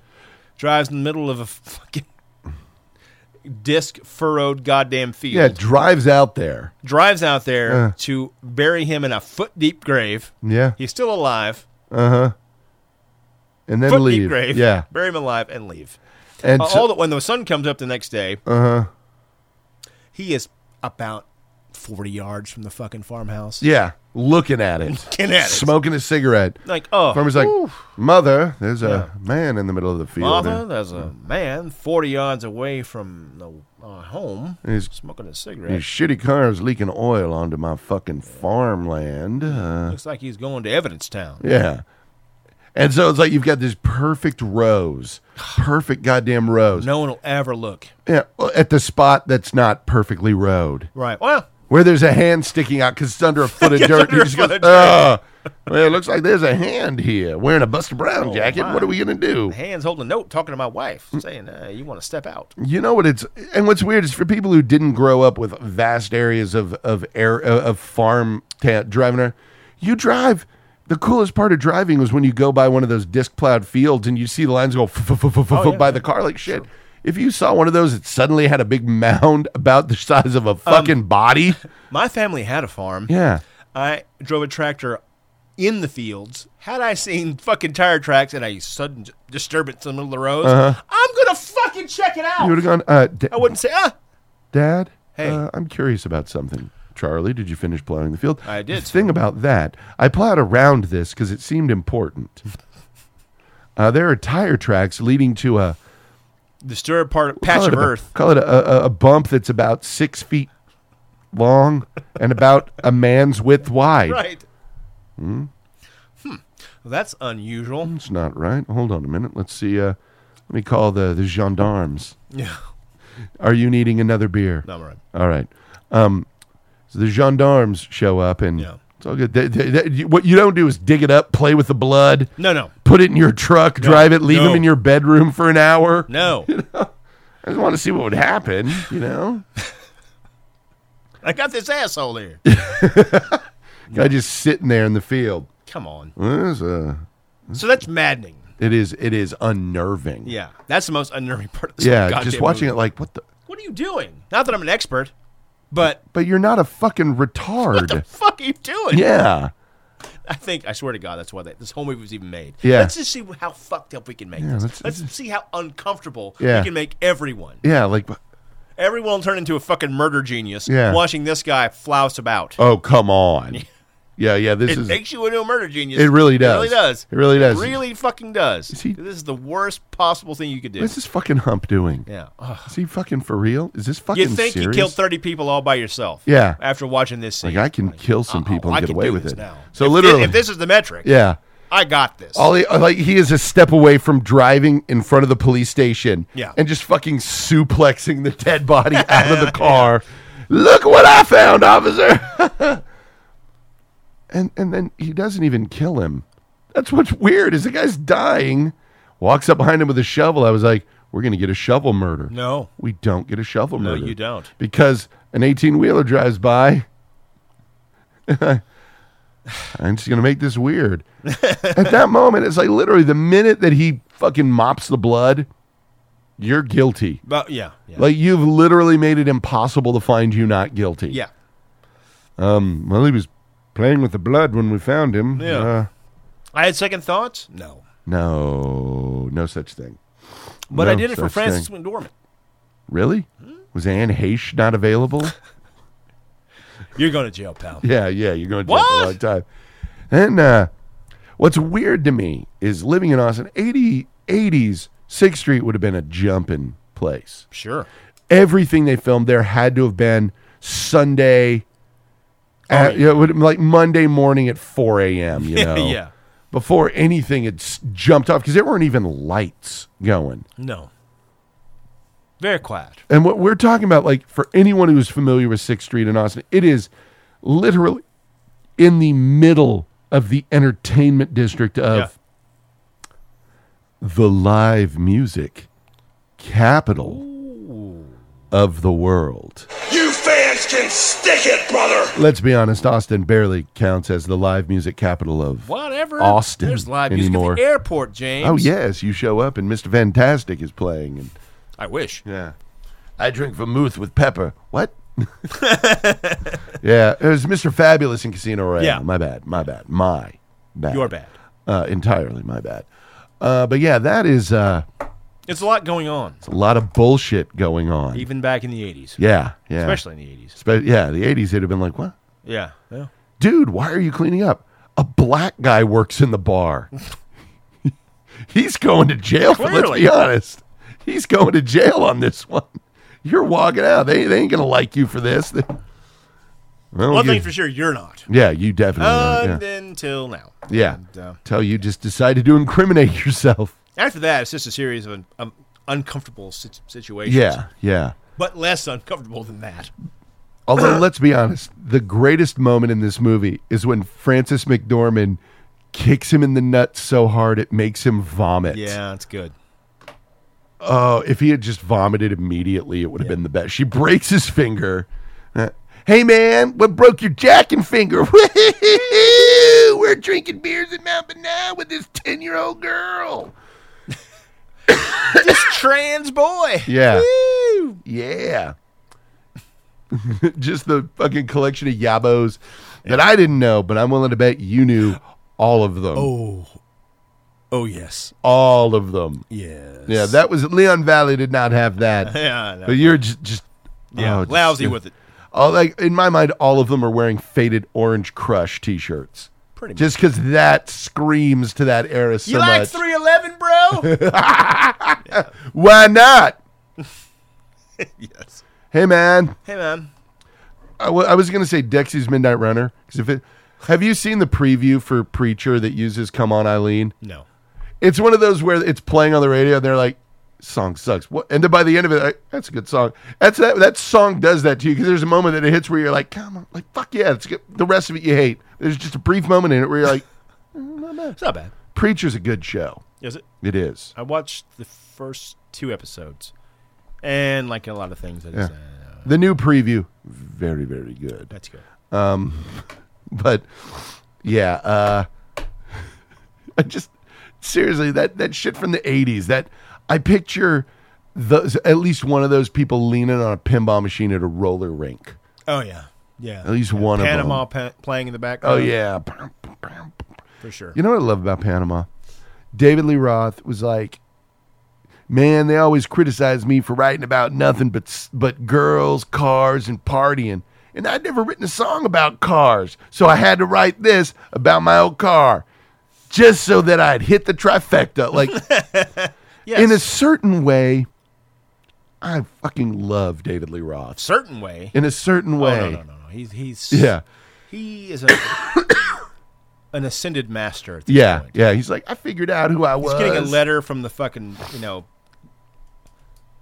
Speaker 2: drives in the middle of a fucking disc furrowed goddamn field.
Speaker 1: Yeah, drives out there.
Speaker 2: drives out there
Speaker 1: Uh.
Speaker 2: to bury him in a foot deep grave.
Speaker 1: Yeah,
Speaker 2: He's still alive.
Speaker 1: and then
Speaker 2: Foot
Speaker 1: leave.
Speaker 2: deep grave.
Speaker 1: Yeah,
Speaker 2: Bury him alive and leave.
Speaker 1: and
Speaker 2: Uh,
Speaker 1: so-
Speaker 2: all that when the sun comes up the next day, uh-huh. he is about forty yards from the fucking farmhouse.
Speaker 1: yeah, looking at it,
Speaker 2: Looking at it.
Speaker 1: smoking a cigarette.
Speaker 2: Like, oh,
Speaker 1: Farmer's like, mother, there's a man in the middle of the field.
Speaker 2: Father, there's a man 40 yards away from the, our home
Speaker 1: and his,
Speaker 2: smoking a
Speaker 1: his
Speaker 2: cigarette.
Speaker 1: shitty car is leaking oil onto my fucking farmland. Uh,
Speaker 2: Looks like he's going to Evidence Town.
Speaker 1: yeah, and so it's like you've got this perfect rose, perfect goddamn rose.
Speaker 2: No one will ever look.
Speaker 1: Yeah, well, at the spot that's not perfectly road.
Speaker 2: Right. Well,
Speaker 1: where there's a hand sticking out because it's under a foot of dirt.
Speaker 2: under
Speaker 1: You
Speaker 2: a
Speaker 1: just
Speaker 2: foot
Speaker 1: go,
Speaker 2: of dirt. Oh,
Speaker 1: "Ugh." well, it looks like there's a hand here wearing a Buster Brown jacket.
Speaker 2: my.
Speaker 1: What are we gonna do?
Speaker 2: hands holding a note talking to my wife saying, uh, you want to step out.
Speaker 1: You know what? It's and what's weird is for people who didn't grow up with vast areas of of air uh, of farm ta- driving. around, You drive. The coolest part of driving was when you go by one of those disc plowed fields and you see the lines go f- f- f- f-
Speaker 2: Oh,
Speaker 1: f- by the car like shit. If you saw one of those that suddenly had a big mound about the size of a
Speaker 2: Um,
Speaker 1: fucking body,
Speaker 2: My family had a farm.
Speaker 1: yeah,
Speaker 2: I drove a tractor in the fields. Had I seen fucking tire tracks and a sudden d- disturbance in the middle of the road,
Speaker 1: Uh-huh.
Speaker 2: I'm going to fucking check it
Speaker 1: you
Speaker 2: out.
Speaker 1: would have gone. Uh, d-
Speaker 2: I wouldn't say, ah,
Speaker 1: Dad,
Speaker 2: Hey.
Speaker 1: uh, I'm curious about something. Charlie, did you finish plowing the field?
Speaker 2: I did,
Speaker 1: The thing about that, I plowed around this because it seemed important. uh, there are tire tracks leading to a
Speaker 2: disturbed part of patch
Speaker 1: call it
Speaker 2: of
Speaker 1: a bu-
Speaker 2: earth.
Speaker 1: Call it a, a, a bump that's about six feet long and about a man's width wide.
Speaker 2: Right. Hmm. Well, that's unusual.
Speaker 1: It's not right. Hold on a minute. Let's see. Uh, let me call the the gendarmes.
Speaker 2: Yeah.
Speaker 1: Are you needing another beer?
Speaker 2: No, I'm right.
Speaker 1: All right. Um, so the gendarmes show up, and
Speaker 2: Yeah.
Speaker 1: it's all good. They- they- they- you- what you don't do is dig it up, play with the blood,
Speaker 2: No, no,
Speaker 1: put it in your truck, drive it, leave
Speaker 2: No.
Speaker 1: them in your bedroom for an hour.
Speaker 2: no.
Speaker 1: I just want to see what would happen, you know?
Speaker 2: I got this asshole here.
Speaker 1: Guy just sitting there in the field.
Speaker 2: Come on.
Speaker 1: Well, It is, uh,
Speaker 2: So that's maddening.
Speaker 1: it is, it is unnerving.
Speaker 2: Yeah, that's the most unnerving part. Of this
Speaker 1: Yeah.
Speaker 2: goddamn
Speaker 1: Just watching
Speaker 2: movie.
Speaker 1: it like, what the?
Speaker 2: What are you doing? Not that I'm an expert, but
Speaker 1: But you're not a fucking retard.
Speaker 2: fuck are you doing?
Speaker 1: yeah.
Speaker 2: I think I swear to God that's why they, this whole movie was even made.
Speaker 1: Yeah.
Speaker 2: Let's just see how fucked up we can make
Speaker 1: Yeah, let's-
Speaker 2: this. Let's, see how uncomfortable
Speaker 1: Yeah.
Speaker 2: we can make everyone.
Speaker 1: Yeah. Like,
Speaker 2: Everyone will turn into a fucking murder genius
Speaker 1: Yeah.
Speaker 2: watching this guy flouse about.
Speaker 1: oh, come on. Yeah. Yeah. This
Speaker 2: it
Speaker 1: is.
Speaker 2: makes you into a murder genius.
Speaker 1: It really
Speaker 2: It really
Speaker 1: does.
Speaker 2: does.
Speaker 1: It really does.
Speaker 2: really fucking does.
Speaker 1: he-
Speaker 2: this is the worst possible thing you could do.
Speaker 1: What's this fucking hump doing?
Speaker 2: yeah. Ugh.
Speaker 1: Is he fucking for real? Is this fucking
Speaker 2: You think
Speaker 1: serious?
Speaker 2: you killed 30 people all by yourself.
Speaker 1: Yeah.
Speaker 2: After watching this scene.
Speaker 1: Like I can kill some
Speaker 2: Oh,
Speaker 1: people
Speaker 2: I
Speaker 1: and get
Speaker 2: can
Speaker 1: away
Speaker 2: do
Speaker 1: with
Speaker 2: this
Speaker 1: it.
Speaker 2: now.
Speaker 1: So
Speaker 2: If thi-
Speaker 1: literally,
Speaker 2: if this is the metric,
Speaker 1: yeah.
Speaker 2: I got this.
Speaker 1: All he, uh, like he is a step away from driving in front of the police station,
Speaker 2: Yeah.
Speaker 1: and just fucking suplexing the dead body out of the car. Look what I found, officer! and and then he doesn't even kill him. That's what's weird is the guy's dying, walks up behind him with a shovel. I was like, we're gonna get a shovel murder.
Speaker 2: no.
Speaker 1: we don't get a shovel
Speaker 2: No,
Speaker 1: murder.
Speaker 2: you don't.
Speaker 1: Because an 18 wheeler drives by. I'm just going to make this weird. At that moment, it's like literally the minute that he fucking mops the blood, you're guilty.
Speaker 2: But yeah. Yeah.
Speaker 1: Like you've literally made it impossible to find you not guilty. Mm,
Speaker 2: yeah.
Speaker 1: Well, he was playing with the blood when we found him.
Speaker 2: Yeah.
Speaker 1: Uh,
Speaker 2: I had second thoughts? No.
Speaker 1: no, no such thing.
Speaker 2: But I
Speaker 1: No
Speaker 2: did it for
Speaker 1: such
Speaker 2: Francis Hmm?
Speaker 1: thing.
Speaker 2: McDormand.
Speaker 1: Really? Was Anne Heche not available?
Speaker 2: You're going to jail, pal.
Speaker 1: Yeah, yeah, you're going to jail for a
Speaker 2: What?
Speaker 1: long time. And uh, what's weird to me is living in Austin, 80, 80s, 6th Street would have been a jumping place.
Speaker 2: Sure.
Speaker 1: Everything they filmed there had to have been Sunday, at,
Speaker 2: Oh, yeah.
Speaker 1: you know, it would have been like Monday morning at 4 a.m., you know?
Speaker 2: yeah.
Speaker 1: Before anything had s- jumped off, because there weren't even lights going.
Speaker 2: No. Very quiet.
Speaker 1: And what we're talking about, like for anyone who's familiar with Sixth Street in Austin, it is literally in the middle of the entertainment district of
Speaker 2: Yeah.
Speaker 1: the live music capital of the world.
Speaker 3: You fans can stick it, brother!
Speaker 1: Let's be honest, Austin barely counts as the live music capital of
Speaker 2: Whatever.
Speaker 1: Austin
Speaker 2: There's live music
Speaker 1: anymore.
Speaker 2: at the airport, James.
Speaker 1: Oh yes, you show up and Mr. Fantastic is playing and
Speaker 2: I wish.
Speaker 1: Yeah. I drink vermouth with pepper. What? yeah, it was Mr. Fabulous in Casino Royale.
Speaker 2: Yeah.
Speaker 1: My bad. My bad. My bad.
Speaker 2: You're bad.
Speaker 1: Uh, entirely my bad. Uh, but yeah, that is uh,
Speaker 2: It's a lot going on,
Speaker 1: a lot of bullshit going on.
Speaker 2: even back in the 80s.
Speaker 1: yeah, yeah.
Speaker 2: Especially in the 80s.
Speaker 1: Spe- yeah, the 80s, it'd have been like, what?
Speaker 2: Yeah. yeah.
Speaker 1: Dude, why are you cleaning up? A black guy works in the bar. He's going to jail, for, let's
Speaker 2: Clearly.
Speaker 1: be honest. He's going to jail on this one. You're walking out. They, they ain't going to like you for this. They- Well,
Speaker 2: One
Speaker 1: you-
Speaker 2: thing for sure, you're not.
Speaker 1: Yeah, you definitely
Speaker 2: Uh,
Speaker 1: are. Yeah.
Speaker 2: Until now.
Speaker 1: yeah.
Speaker 2: And, uh,
Speaker 1: Till you just decided to incriminate yourself.
Speaker 2: After that, it's just a series of, of uncomfortable sit- situations.
Speaker 1: Yeah, yeah.
Speaker 2: But less uncomfortable than that.
Speaker 1: Although, let's be honest, the greatest moment in this movie is when Francis McDormand kicks him in the nuts so hard it makes him vomit.
Speaker 2: Yeah, it's good.
Speaker 1: Oh, if he had just vomited immediately, it would have been the best. She breaks his finger. Uh, hey, man, what broke your jacking finger? Woo-hoo-hoo-hoo! We're drinking beers in Mount Banana with this 10 year old girl.
Speaker 2: Trans boy.
Speaker 1: Yeah. Yeah. just the fucking collection of yabos that I didn't know, but I'm willing to bet you knew all of them.
Speaker 2: Oh, yes.
Speaker 1: All of them.
Speaker 2: Yes.
Speaker 1: Yeah, that was Leon Valley did not have that.
Speaker 2: Yeah, I know.
Speaker 1: But you're just, just
Speaker 2: Yeah,
Speaker 1: oh, just-
Speaker 2: lousy with it.
Speaker 1: All like in my mind, all of them are wearing faded orange crush T-shirts.
Speaker 2: Pretty much.
Speaker 1: Just because that screams to that era so
Speaker 2: you like
Speaker 1: much.
Speaker 2: 311, bro?
Speaker 1: Why not?
Speaker 2: yes.
Speaker 1: Hey man,
Speaker 2: Hey, man.
Speaker 1: I, w- I was gonna say Dexy's Midnight Runner because if it, have you seen the preview for Preacher that uses "Come On Eileen"?
Speaker 2: No.
Speaker 1: It's one of those where it's playing on the radio and they're like, "Song sucks." What? And then by the end of it, like, that's a good song. That's that, that song does that to you because there's a moment that it hits where you're like, "Come on, like fuck yeah!" It's good. The rest of it you hate. There's just a brief moment in it where you're like,
Speaker 2: It's not bad.
Speaker 1: "Preacher's a good show."
Speaker 2: Is it?
Speaker 1: It is.
Speaker 2: I watched the first two episodes. and like a lot of things that is, uh,
Speaker 1: The new preview, very very good.
Speaker 2: that's good.
Speaker 1: but yeah, uh, I just seriously that that shit from the '80s. That I picture those at least one of those people leaning on a pinball machine at a roller rink.
Speaker 2: Oh yeah, yeah.
Speaker 1: At least one of
Speaker 2: Panama
Speaker 1: them.
Speaker 2: pa- playing in the background.
Speaker 1: Oh yeah,
Speaker 2: for sure.
Speaker 1: you know what I love about Panama? David Lee Roth was like, man, they always criticize me for writing about nothing but s- but girls, cars, and partying. And I'd never written a song about cars, so I had to write this about my old car, just so that I'd hit the trifecta. Like,
Speaker 2: yes.
Speaker 1: in a certain way, I fucking love David Lee Roth.
Speaker 2: certain way.
Speaker 1: In a certain
Speaker 2: Oh,
Speaker 1: way,
Speaker 2: no, no, no, no. He's he's
Speaker 1: yeah.
Speaker 2: He is a, an ascended master. At this
Speaker 1: Yeah,
Speaker 2: point.
Speaker 1: yeah. He's like, I figured out who I was.
Speaker 2: He's getting a letter from the fucking you know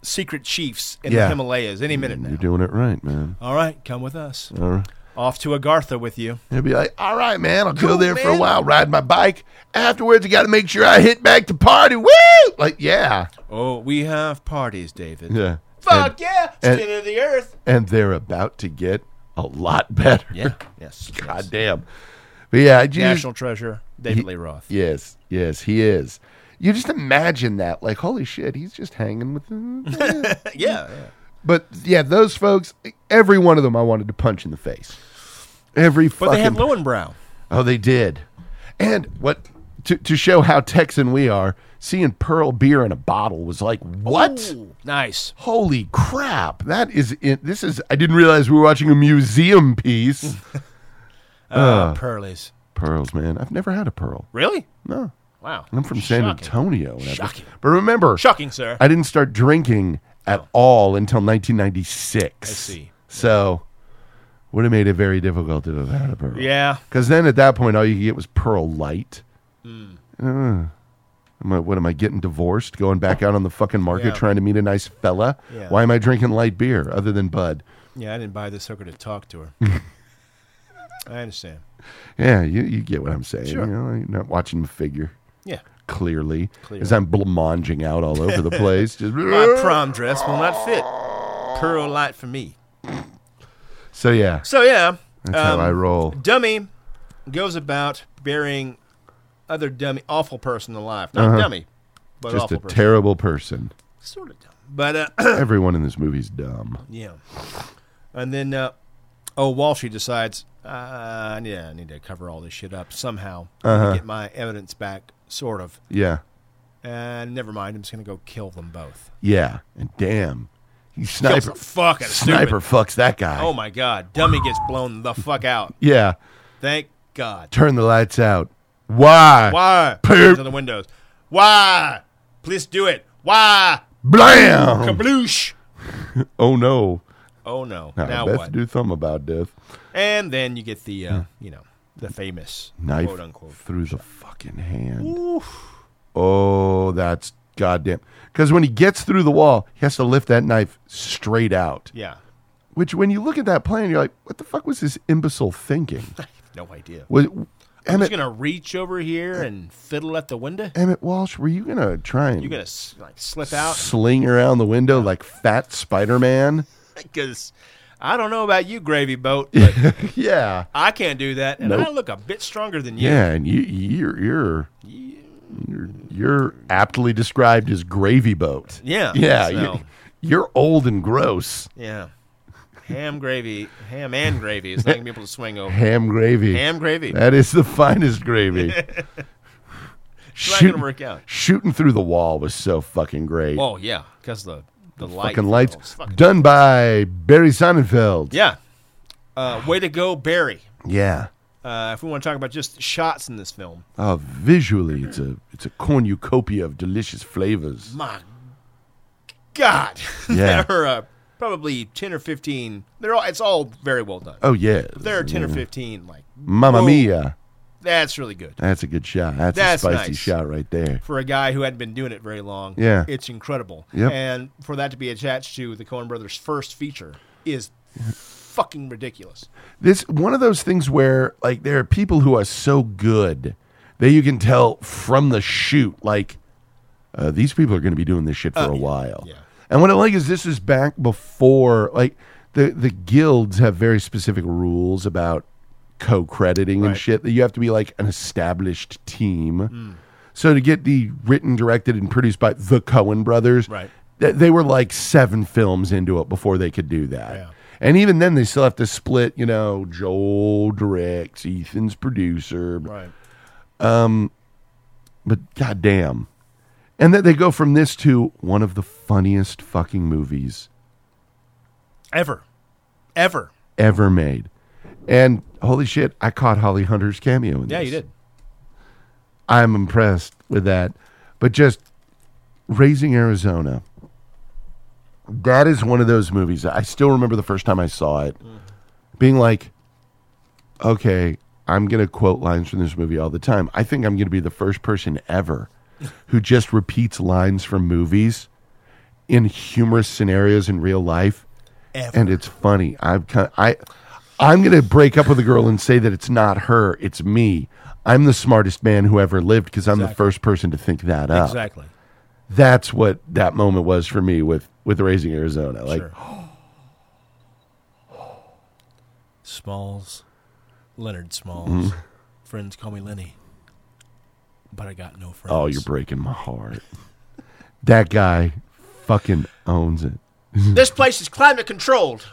Speaker 2: secret chiefs in
Speaker 1: Yeah.
Speaker 2: the Himalayas any minute now.
Speaker 1: You're doing it right, man.
Speaker 2: All right, come with us.
Speaker 1: All right.
Speaker 2: Off to Agartha with you.
Speaker 1: He'll be like, all right, man, I'll go
Speaker 2: Cool,
Speaker 1: there for a
Speaker 2: man.
Speaker 1: while, ride my bike. Afterwards, I got to make sure I hit back to party. Woo! Like, yeah.
Speaker 2: Oh, we have parties, David.
Speaker 1: Yeah.
Speaker 2: Fuck
Speaker 1: And,
Speaker 2: yeah!
Speaker 1: and-
Speaker 2: Skin of the earth.
Speaker 1: and they're about to get a lot better.
Speaker 2: Yeah. Yes.
Speaker 1: God
Speaker 2: yes.
Speaker 1: damn. But yeah, I just,
Speaker 2: National treasure, David Lee Roth.
Speaker 1: Yes, yes, he is. You just imagine that. Like, holy shit, he's just hanging with them.
Speaker 2: Yeah, yeah.
Speaker 1: but yeah, those folks, every one of them I wanted to punch in the face. Every
Speaker 2: But they had
Speaker 1: fucking
Speaker 2: Lowenbrow.
Speaker 1: Oh, they did. And what to to show how Texan we are, seeing Pearl beer in a bottle was like, what?
Speaker 2: Ooh, nice.
Speaker 1: Holy crap! That is it. This is. I didn't realize we were watching a museum piece.
Speaker 2: Uh, Pearlies.
Speaker 1: Pearls, man. I've never had a pearl.
Speaker 2: Really?
Speaker 1: No,
Speaker 2: Wow.
Speaker 1: I'm from San
Speaker 2: Shocking.
Speaker 1: Antonio. and I-
Speaker 2: Shocking.
Speaker 1: But remember,
Speaker 2: Shocking, sir.
Speaker 1: I didn't start drinking at all until 1996. I
Speaker 2: Oh. see.
Speaker 1: So, would have made it very difficult to have had a pearl.
Speaker 2: yeah.
Speaker 1: Because then at that point, all you could get was Pearl Light.
Speaker 2: Hmm.
Speaker 1: Uh, am I- what am I getting divorced? Going back out on the fucking market
Speaker 2: Yeah.
Speaker 1: trying to meet a nice fella?
Speaker 2: Yeah.
Speaker 1: Why am I drinking light beer other than Bud?
Speaker 2: Yeah, I didn't buy this hooker to talk to her. I understand.
Speaker 1: Yeah, you, you get what I'm saying.
Speaker 2: Sure.
Speaker 1: You know, you're not watching my figure
Speaker 2: Yeah.
Speaker 1: clearly
Speaker 2: Clear.
Speaker 1: because I'm blamonging out all over the place. Just,
Speaker 2: My prom dress will not fit. Pearl light for me.
Speaker 1: so yeah,
Speaker 2: So, yeah.
Speaker 1: that's how
Speaker 2: Um,
Speaker 1: I roll.
Speaker 2: Dummy goes about burying other dummy, awful person alive. Not dummy, but
Speaker 1: Uh-huh. Just
Speaker 2: awful
Speaker 1: a
Speaker 2: person.
Speaker 1: terrible person.
Speaker 2: sort of dumb. But, uh,
Speaker 1: Everyone in this movie's dumb.
Speaker 2: yeah. And then, uh, oh, Walshy decides, uh, yeah, I need to cover all this shit up somehow.
Speaker 1: Uh-huh.
Speaker 2: to Get my evidence back, sort of.
Speaker 1: Yeah,
Speaker 2: And never mind, I'm just going to go kill them both.
Speaker 1: yeah, and damn, he
Speaker 2: Kill
Speaker 1: sniper
Speaker 2: some fucking
Speaker 1: sniper
Speaker 2: stupid.
Speaker 1: fucks that guy.
Speaker 2: Oh my god, dummy gets blown the fuck out.
Speaker 1: Yeah.
Speaker 2: Thank God.
Speaker 1: Turn the lights out. Why?
Speaker 2: Why?
Speaker 1: Poop.
Speaker 2: To the windows. Why? Please do it. Why?
Speaker 1: Blam!
Speaker 2: Kabloosh.
Speaker 1: oh no.
Speaker 2: Oh no.
Speaker 1: I
Speaker 2: now
Speaker 1: best
Speaker 2: what?
Speaker 1: do something about this.
Speaker 2: And then you get the uh, you know the famous
Speaker 1: Knife
Speaker 2: quote unquote.
Speaker 1: through the fucking hand. Oh, that's goddamn. Because when he gets through the wall, he has to lift that knife straight out.
Speaker 2: Yeah.
Speaker 1: Which, when you look at that plan, you're like, what the fuck was this imbecile thinking?
Speaker 2: No idea.
Speaker 1: Was
Speaker 2: I'm just
Speaker 1: Emmett,
Speaker 2: gonna reach over here and fiddle at the window.
Speaker 1: Emmett Walsh, were you going to try and
Speaker 2: You gonna s- like slip out?
Speaker 1: sling around the window like fat Spider Man?
Speaker 2: Because I don't know about you, gravy boat, but
Speaker 1: yeah.
Speaker 2: I can't do that, and I
Speaker 1: Nope.
Speaker 2: look a bit stronger than you.
Speaker 1: Yeah, and you, you're you're you're, you're aptly described as gravy boat.
Speaker 2: Yeah,
Speaker 1: yeah,
Speaker 2: so-
Speaker 1: you, you're old and gross.
Speaker 2: Yeah. Ham gravy, ham and gravy is not gonna be able to swing over.
Speaker 1: Ham gravy.
Speaker 2: Ham gravy.
Speaker 1: That is the finest gravy.
Speaker 2: It's not gonna work out.
Speaker 1: Shooting through the wall was so fucking great.
Speaker 2: Oh yeah, because the the light
Speaker 1: fucking lights.
Speaker 2: oh, it's fucking-
Speaker 1: Done by Barry Sonnenfeld.
Speaker 2: yeah. Uh, way to go, Barry.
Speaker 1: Yeah.
Speaker 2: Uh, if we want to talk about just shots in this film,
Speaker 1: Oh, visually, it's a it's a cornucopia of delicious flavors.
Speaker 2: my God,
Speaker 1: Yeah.
Speaker 2: there are uh, probably ten or fifteen. They're all it's all very well done.
Speaker 1: Oh yeah,
Speaker 2: There are ten or fifteen like
Speaker 1: Mamma
Speaker 2: whoa,
Speaker 1: mia!
Speaker 2: That's really good
Speaker 1: That's a good shot. That's,
Speaker 2: That's
Speaker 1: a spicy
Speaker 2: nice.
Speaker 1: shot right there.
Speaker 2: for a guy who hadn't been doing it very long.
Speaker 1: Yeah.
Speaker 2: it's incredible.
Speaker 1: Yep.
Speaker 2: and for that to be attached to the Coen Brothers' first feature is fucking ridiculous.
Speaker 1: this one of those things where like there are people who are so good that you can tell from the shoot like uh, these people are going to be doing this shit for a while
Speaker 2: Oh, yeah.
Speaker 1: And what I like is this is back before like the the guilds have very specific rules about co-crediting and
Speaker 2: Right. Hmm.
Speaker 1: shit that you have to be like an established team. So to get the written, directed, and produced by the Cohen brothers,
Speaker 2: Right.
Speaker 1: th- they were like seven films into it before they could do that.
Speaker 2: Yeah.
Speaker 1: And even then, they still have to split. You know, Joel directs, Ethan's producer,
Speaker 2: Right.
Speaker 1: but goddamn. And that they go from this to one of the funniest fucking movies
Speaker 2: Ever. Ever.
Speaker 1: ever made. And holy shit, I caught Holly Hunter's cameo in
Speaker 2: Yeah,
Speaker 1: this.
Speaker 2: you did.
Speaker 1: I'm impressed with that. But just Raising Arizona. That is one of those movies that I still remember the first time I saw it being like, okay, I'm going to quote lines from this movie all the time. I think I'm going to be the first person ever who just repeats lines from movies in humorous scenarios in real life.
Speaker 2: Ever.
Speaker 1: And it's funny. I'm kind I I'm going to break up with a girl and say that it's not her, it's me. I'm the smartest man who ever lived because I'm the
Speaker 2: Exactly.
Speaker 1: first person to think that up.
Speaker 2: Exactly.
Speaker 1: That's what that moment was for me with with raising Arizona. Like
Speaker 2: sure. Smalls. Leonard Smalls.
Speaker 1: Mm-hmm.
Speaker 2: Friends call me Lenny. But I got no friends.
Speaker 1: Oh, you're breaking my heart. that guy fucking owns it.
Speaker 5: This place is climate controlled.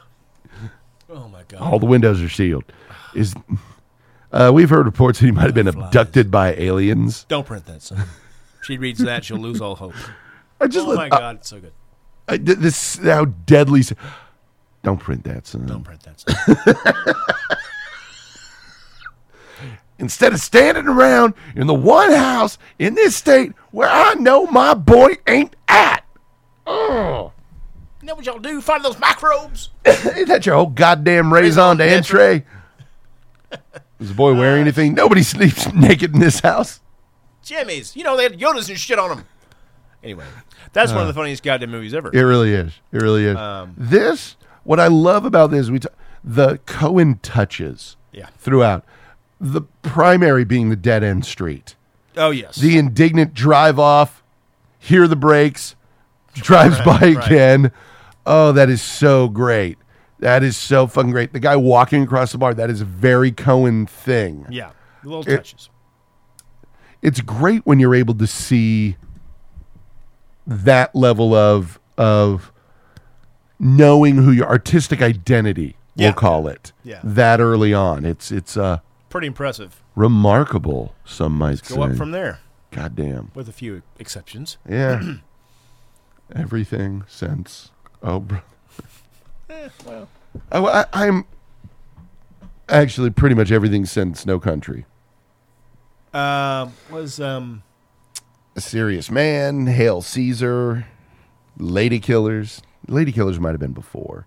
Speaker 2: Oh, my God.
Speaker 1: All the windows are sealed. Is uh, we've heard reports that he might have been
Speaker 2: Flies.
Speaker 1: abducted by aliens.
Speaker 2: Don't print that, son. she reads that, she'll lose all hope.
Speaker 1: I just
Speaker 2: Oh, my
Speaker 1: uh,
Speaker 2: God. It's so good.
Speaker 1: I- th- this how deadly. s- Don't print that, son.
Speaker 2: Don't print that, son.
Speaker 1: Instead of standing around in the one house in this state where I know my boy ain't at.
Speaker 5: You know what y'all do? Find those microbes.
Speaker 1: Ain't that your whole goddamn raison d'etre? Uh, Is the boy wearing anything? Nobody sleeps naked in this house.
Speaker 5: Jimmy's. You know, they had Yodas and shit on them.
Speaker 2: Anyway, that's one of
Speaker 1: Uh.
Speaker 2: the funniest goddamn movies ever.
Speaker 1: It really is. It really is. this, what I love about this, we t- the Cohen touches
Speaker 2: Yeah.
Speaker 1: throughout. The primary being the dead end street.
Speaker 2: Oh, yes.
Speaker 1: The indignant drive off, hear the brakes, drives by
Speaker 2: right.
Speaker 1: again. Oh, that is so great. That is so fucking great. The guy walking across the bar, that is a very Cohen thing.
Speaker 2: yeah. The little touches.
Speaker 1: it's great when you're able to see that level of of knowing who your artistic identity
Speaker 2: Yeah.
Speaker 1: we'll call it
Speaker 2: Yeah.
Speaker 1: that early on it's it's uh
Speaker 2: Pretty impressive.
Speaker 1: remarkable some might
Speaker 2: Go
Speaker 1: say
Speaker 2: up from there,
Speaker 1: goddamn
Speaker 2: with a few exceptions.
Speaker 1: yeah everything since oh bro well I, I, i'm actually pretty much everything since no country
Speaker 2: Um, was um,
Speaker 1: A Serious Man, Hail Caesar, Lady Killers. Lady Killers might have been before.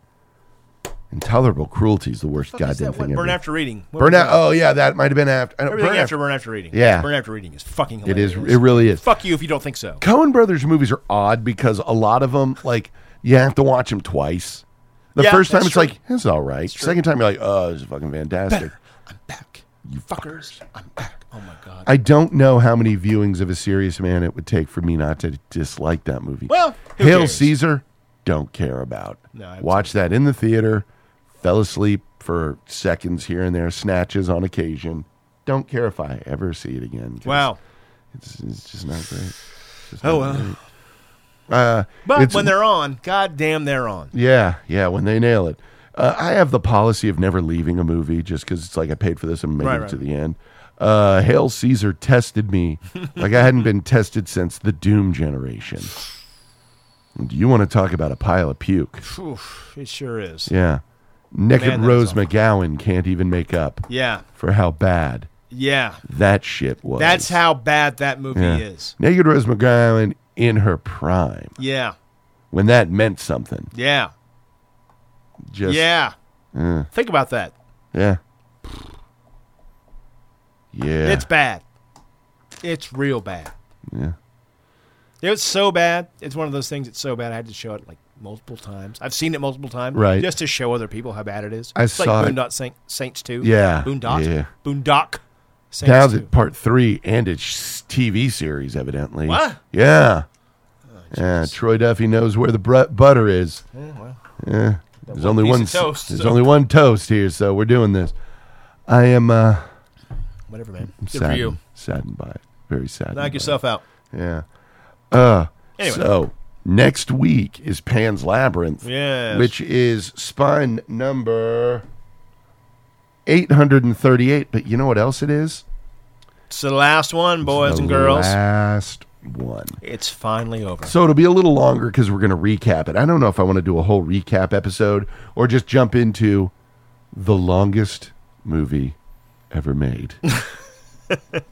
Speaker 1: Intolerable Cruelty is the worst
Speaker 2: fuck is
Speaker 1: goddamn
Speaker 2: that one?
Speaker 1: thing
Speaker 2: Burn
Speaker 1: ever.
Speaker 2: after reading. What was
Speaker 1: Burnout.
Speaker 2: that?
Speaker 1: Oh yeah, that might have been after. I don't,
Speaker 2: Everything
Speaker 1: oh, Burn
Speaker 2: after burn after reading.
Speaker 1: Yeah.
Speaker 2: burn after reading is fucking.
Speaker 1: It is.
Speaker 2: Hilarious.
Speaker 1: It really is.
Speaker 2: Fuck you if you don't think so.
Speaker 1: Cohen Brothers movies are odd because a lot of them, like, you have to watch them twice. The
Speaker 2: Yeah,
Speaker 1: first time
Speaker 2: that's
Speaker 1: it's
Speaker 2: true.
Speaker 1: like it's all right. Second time you're like, oh, this is fucking fantastic.
Speaker 2: I'm back. You fuckers. I'm back. Oh my god.
Speaker 1: I don't know how many viewings of A Serious Man it would take for me not to dislike that movie.
Speaker 2: Well, who
Speaker 1: Hail
Speaker 2: cares?
Speaker 1: Caesar, don't care about.
Speaker 2: No, absolutely.
Speaker 1: Watch that in the theater, fell asleep for seconds here and there, snatches on occasion. Don't care if I ever see it again. 'cause
Speaker 2: Wow.
Speaker 1: It's, it's just not great. It's just not
Speaker 2: Oh well.
Speaker 1: great. Uh,
Speaker 2: But
Speaker 1: it's-
Speaker 2: when they're on, god damn, they're on.
Speaker 1: yeah, yeah, when they nail it. Uh, I have the policy of never leaving a movie just because it's like I paid for this and made
Speaker 2: Right,
Speaker 1: it
Speaker 2: right.
Speaker 1: to the end. Uh, Hail Caesar tested me like I hadn't been tested since the Doom generation. And you want to talk about a pile of puke?
Speaker 2: Phew, it sure is. Yeah.
Speaker 1: Yeah. Naked
Speaker 2: Man, that
Speaker 1: Rose
Speaker 2: is awful.
Speaker 1: McGowan can't even make up
Speaker 2: Yeah.
Speaker 1: for how bad that shit was.
Speaker 2: That's how bad that movie
Speaker 1: Yeah.
Speaker 2: is.
Speaker 1: Naked Rose McGowan in her prime
Speaker 2: Yeah.
Speaker 1: when that meant something.
Speaker 2: Yeah.
Speaker 1: Just
Speaker 2: Yeah. Think about that.
Speaker 1: yeah, yeah.
Speaker 2: It's bad. It's real bad.
Speaker 1: Yeah.
Speaker 2: It was so bad. It's one of those things. It's so bad. I had to show it like multiple times. I've seen it multiple times,
Speaker 1: Right.
Speaker 2: Just to show other people how bad it is.
Speaker 1: I
Speaker 2: it's
Speaker 1: saw it.
Speaker 2: like Boondock Saint, Saints two.
Speaker 1: Yeah,
Speaker 2: Boondock.
Speaker 1: yeah.
Speaker 2: Boondock. Saints
Speaker 1: Now
Speaker 2: 2.
Speaker 1: that part three and its TV series, evidently.
Speaker 2: What? Oh,
Speaker 1: Yeah. Yeah, Troy Duffy knows where the br- butter is. Yeah, there's only
Speaker 6: piece
Speaker 1: one.
Speaker 6: of toast,
Speaker 1: there's
Speaker 6: so-
Speaker 1: only one toast here, so we're doing this. I am uh,
Speaker 2: Whatever, man. Good
Speaker 1: saddened,
Speaker 2: for you.
Speaker 1: saddened by it. Very sad.
Speaker 2: Knock yourself out.
Speaker 1: Yeah. Uh,
Speaker 2: Anyway.
Speaker 1: So next week is Pan's Labyrinth.
Speaker 2: Yes.
Speaker 1: Which is spine number 838. But you know what else it is?
Speaker 2: It's the last one, boys
Speaker 1: The
Speaker 2: and girls.
Speaker 1: Last one.
Speaker 2: It's finally over.
Speaker 1: So it'll be a little longer because we're going to recap it. I don't know if I want to do a whole recap episode or just jump into the longest movie ever made.
Speaker 2: Doctor,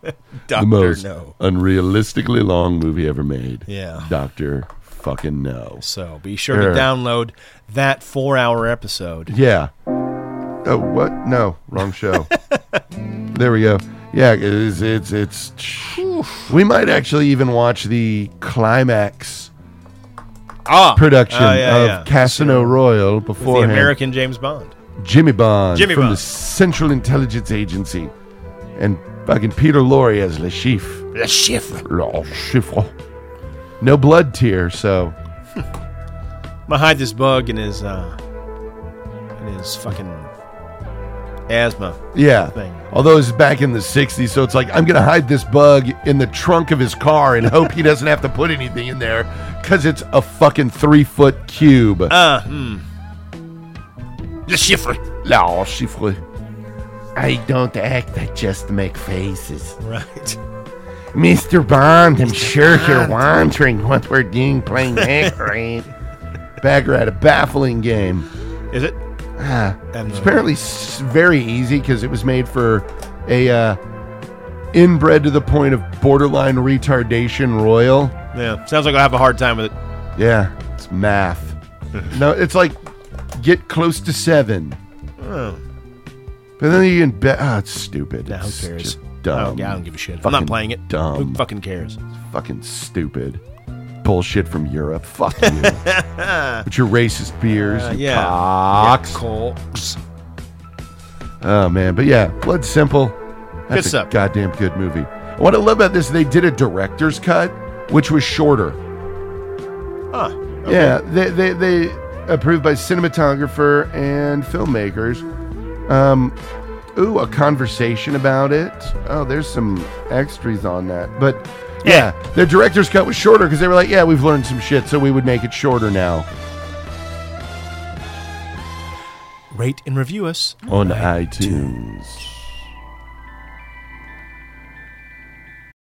Speaker 1: the most
Speaker 2: no.
Speaker 1: unrealistically long movie ever made.
Speaker 2: Yeah.
Speaker 1: Doctor fucking no.
Speaker 2: So be sure
Speaker 1: Sure.
Speaker 2: to download that four-hour episode.
Speaker 1: Yeah. Oh, what? No, wrong show. there we go. Yeah, it's it's it's. We might actually even watch the climax
Speaker 2: Ah,
Speaker 1: production
Speaker 2: Oh, yeah,
Speaker 1: of
Speaker 2: yeah.
Speaker 1: Casino Royale
Speaker 2: the
Speaker 1: before
Speaker 2: American James Bond.
Speaker 1: Jimmy Bond
Speaker 2: Jimmy
Speaker 1: from
Speaker 2: Bond.
Speaker 1: the Central Intelligence Agency, and fucking Peter Lorre as Le Chiffre.
Speaker 5: The shift.
Speaker 1: Le Chiffre. No blood tear, so
Speaker 2: I'm gonna hide this bug in his uh, in his fucking asthma.
Speaker 1: Yeah.
Speaker 2: thing.
Speaker 1: Although it's back in the 60s, so it's like, I'm going to hide this bug in the trunk of his car and hope he doesn't have to put anything in there because it's a fucking three foot cube.
Speaker 2: Uh, hmm.
Speaker 5: The shift.
Speaker 1: La chiffre. I don't act, I just make faces.
Speaker 2: right.
Speaker 1: Mr. Bond, I'm sure you're wondering what we're doing playing that, right? Bagger had a baffling game.
Speaker 2: Is it?
Speaker 1: Ah,
Speaker 2: And uh,
Speaker 1: It's apparently s- very easy because it was made for a uh, inbred to the point of borderline retardation royal.
Speaker 2: Yeah, sounds like I have a hard time with it.
Speaker 1: Yeah, it's math. no, it's like get close to seven,
Speaker 2: Oh,
Speaker 1: but then you can bet. Ah, it's stupid.
Speaker 2: nah, who
Speaker 1: it's
Speaker 2: cares?
Speaker 1: just
Speaker 2: I,
Speaker 1: dumb.
Speaker 2: don't, I don't give a shit. I'm
Speaker 1: Fucking
Speaker 2: not playing it.
Speaker 1: dumb.
Speaker 2: Who fucking cares?
Speaker 1: Fucking stupid. Bullshit from Europe. Fuck you. With your racist beers.
Speaker 2: Uh,
Speaker 1: you
Speaker 2: yeah.
Speaker 1: cocks.
Speaker 2: Cool.
Speaker 1: Oh man, but yeah, Blood Simple. That's
Speaker 2: Good
Speaker 1: a
Speaker 2: stuff.
Speaker 1: goddamn good movie. What I love about this, they did a director's cut, which was shorter.
Speaker 2: Huh.
Speaker 1: Yeah, they, they they approved by cinematographer and filmmakers. Um, ooh, a conversation about it. Oh, there's some extras on that, but yeah, their director's cut was shorter because they were like, yeah, we've learned some shit, so we would make it shorter now.
Speaker 2: Rate and review us
Speaker 1: on iTunes.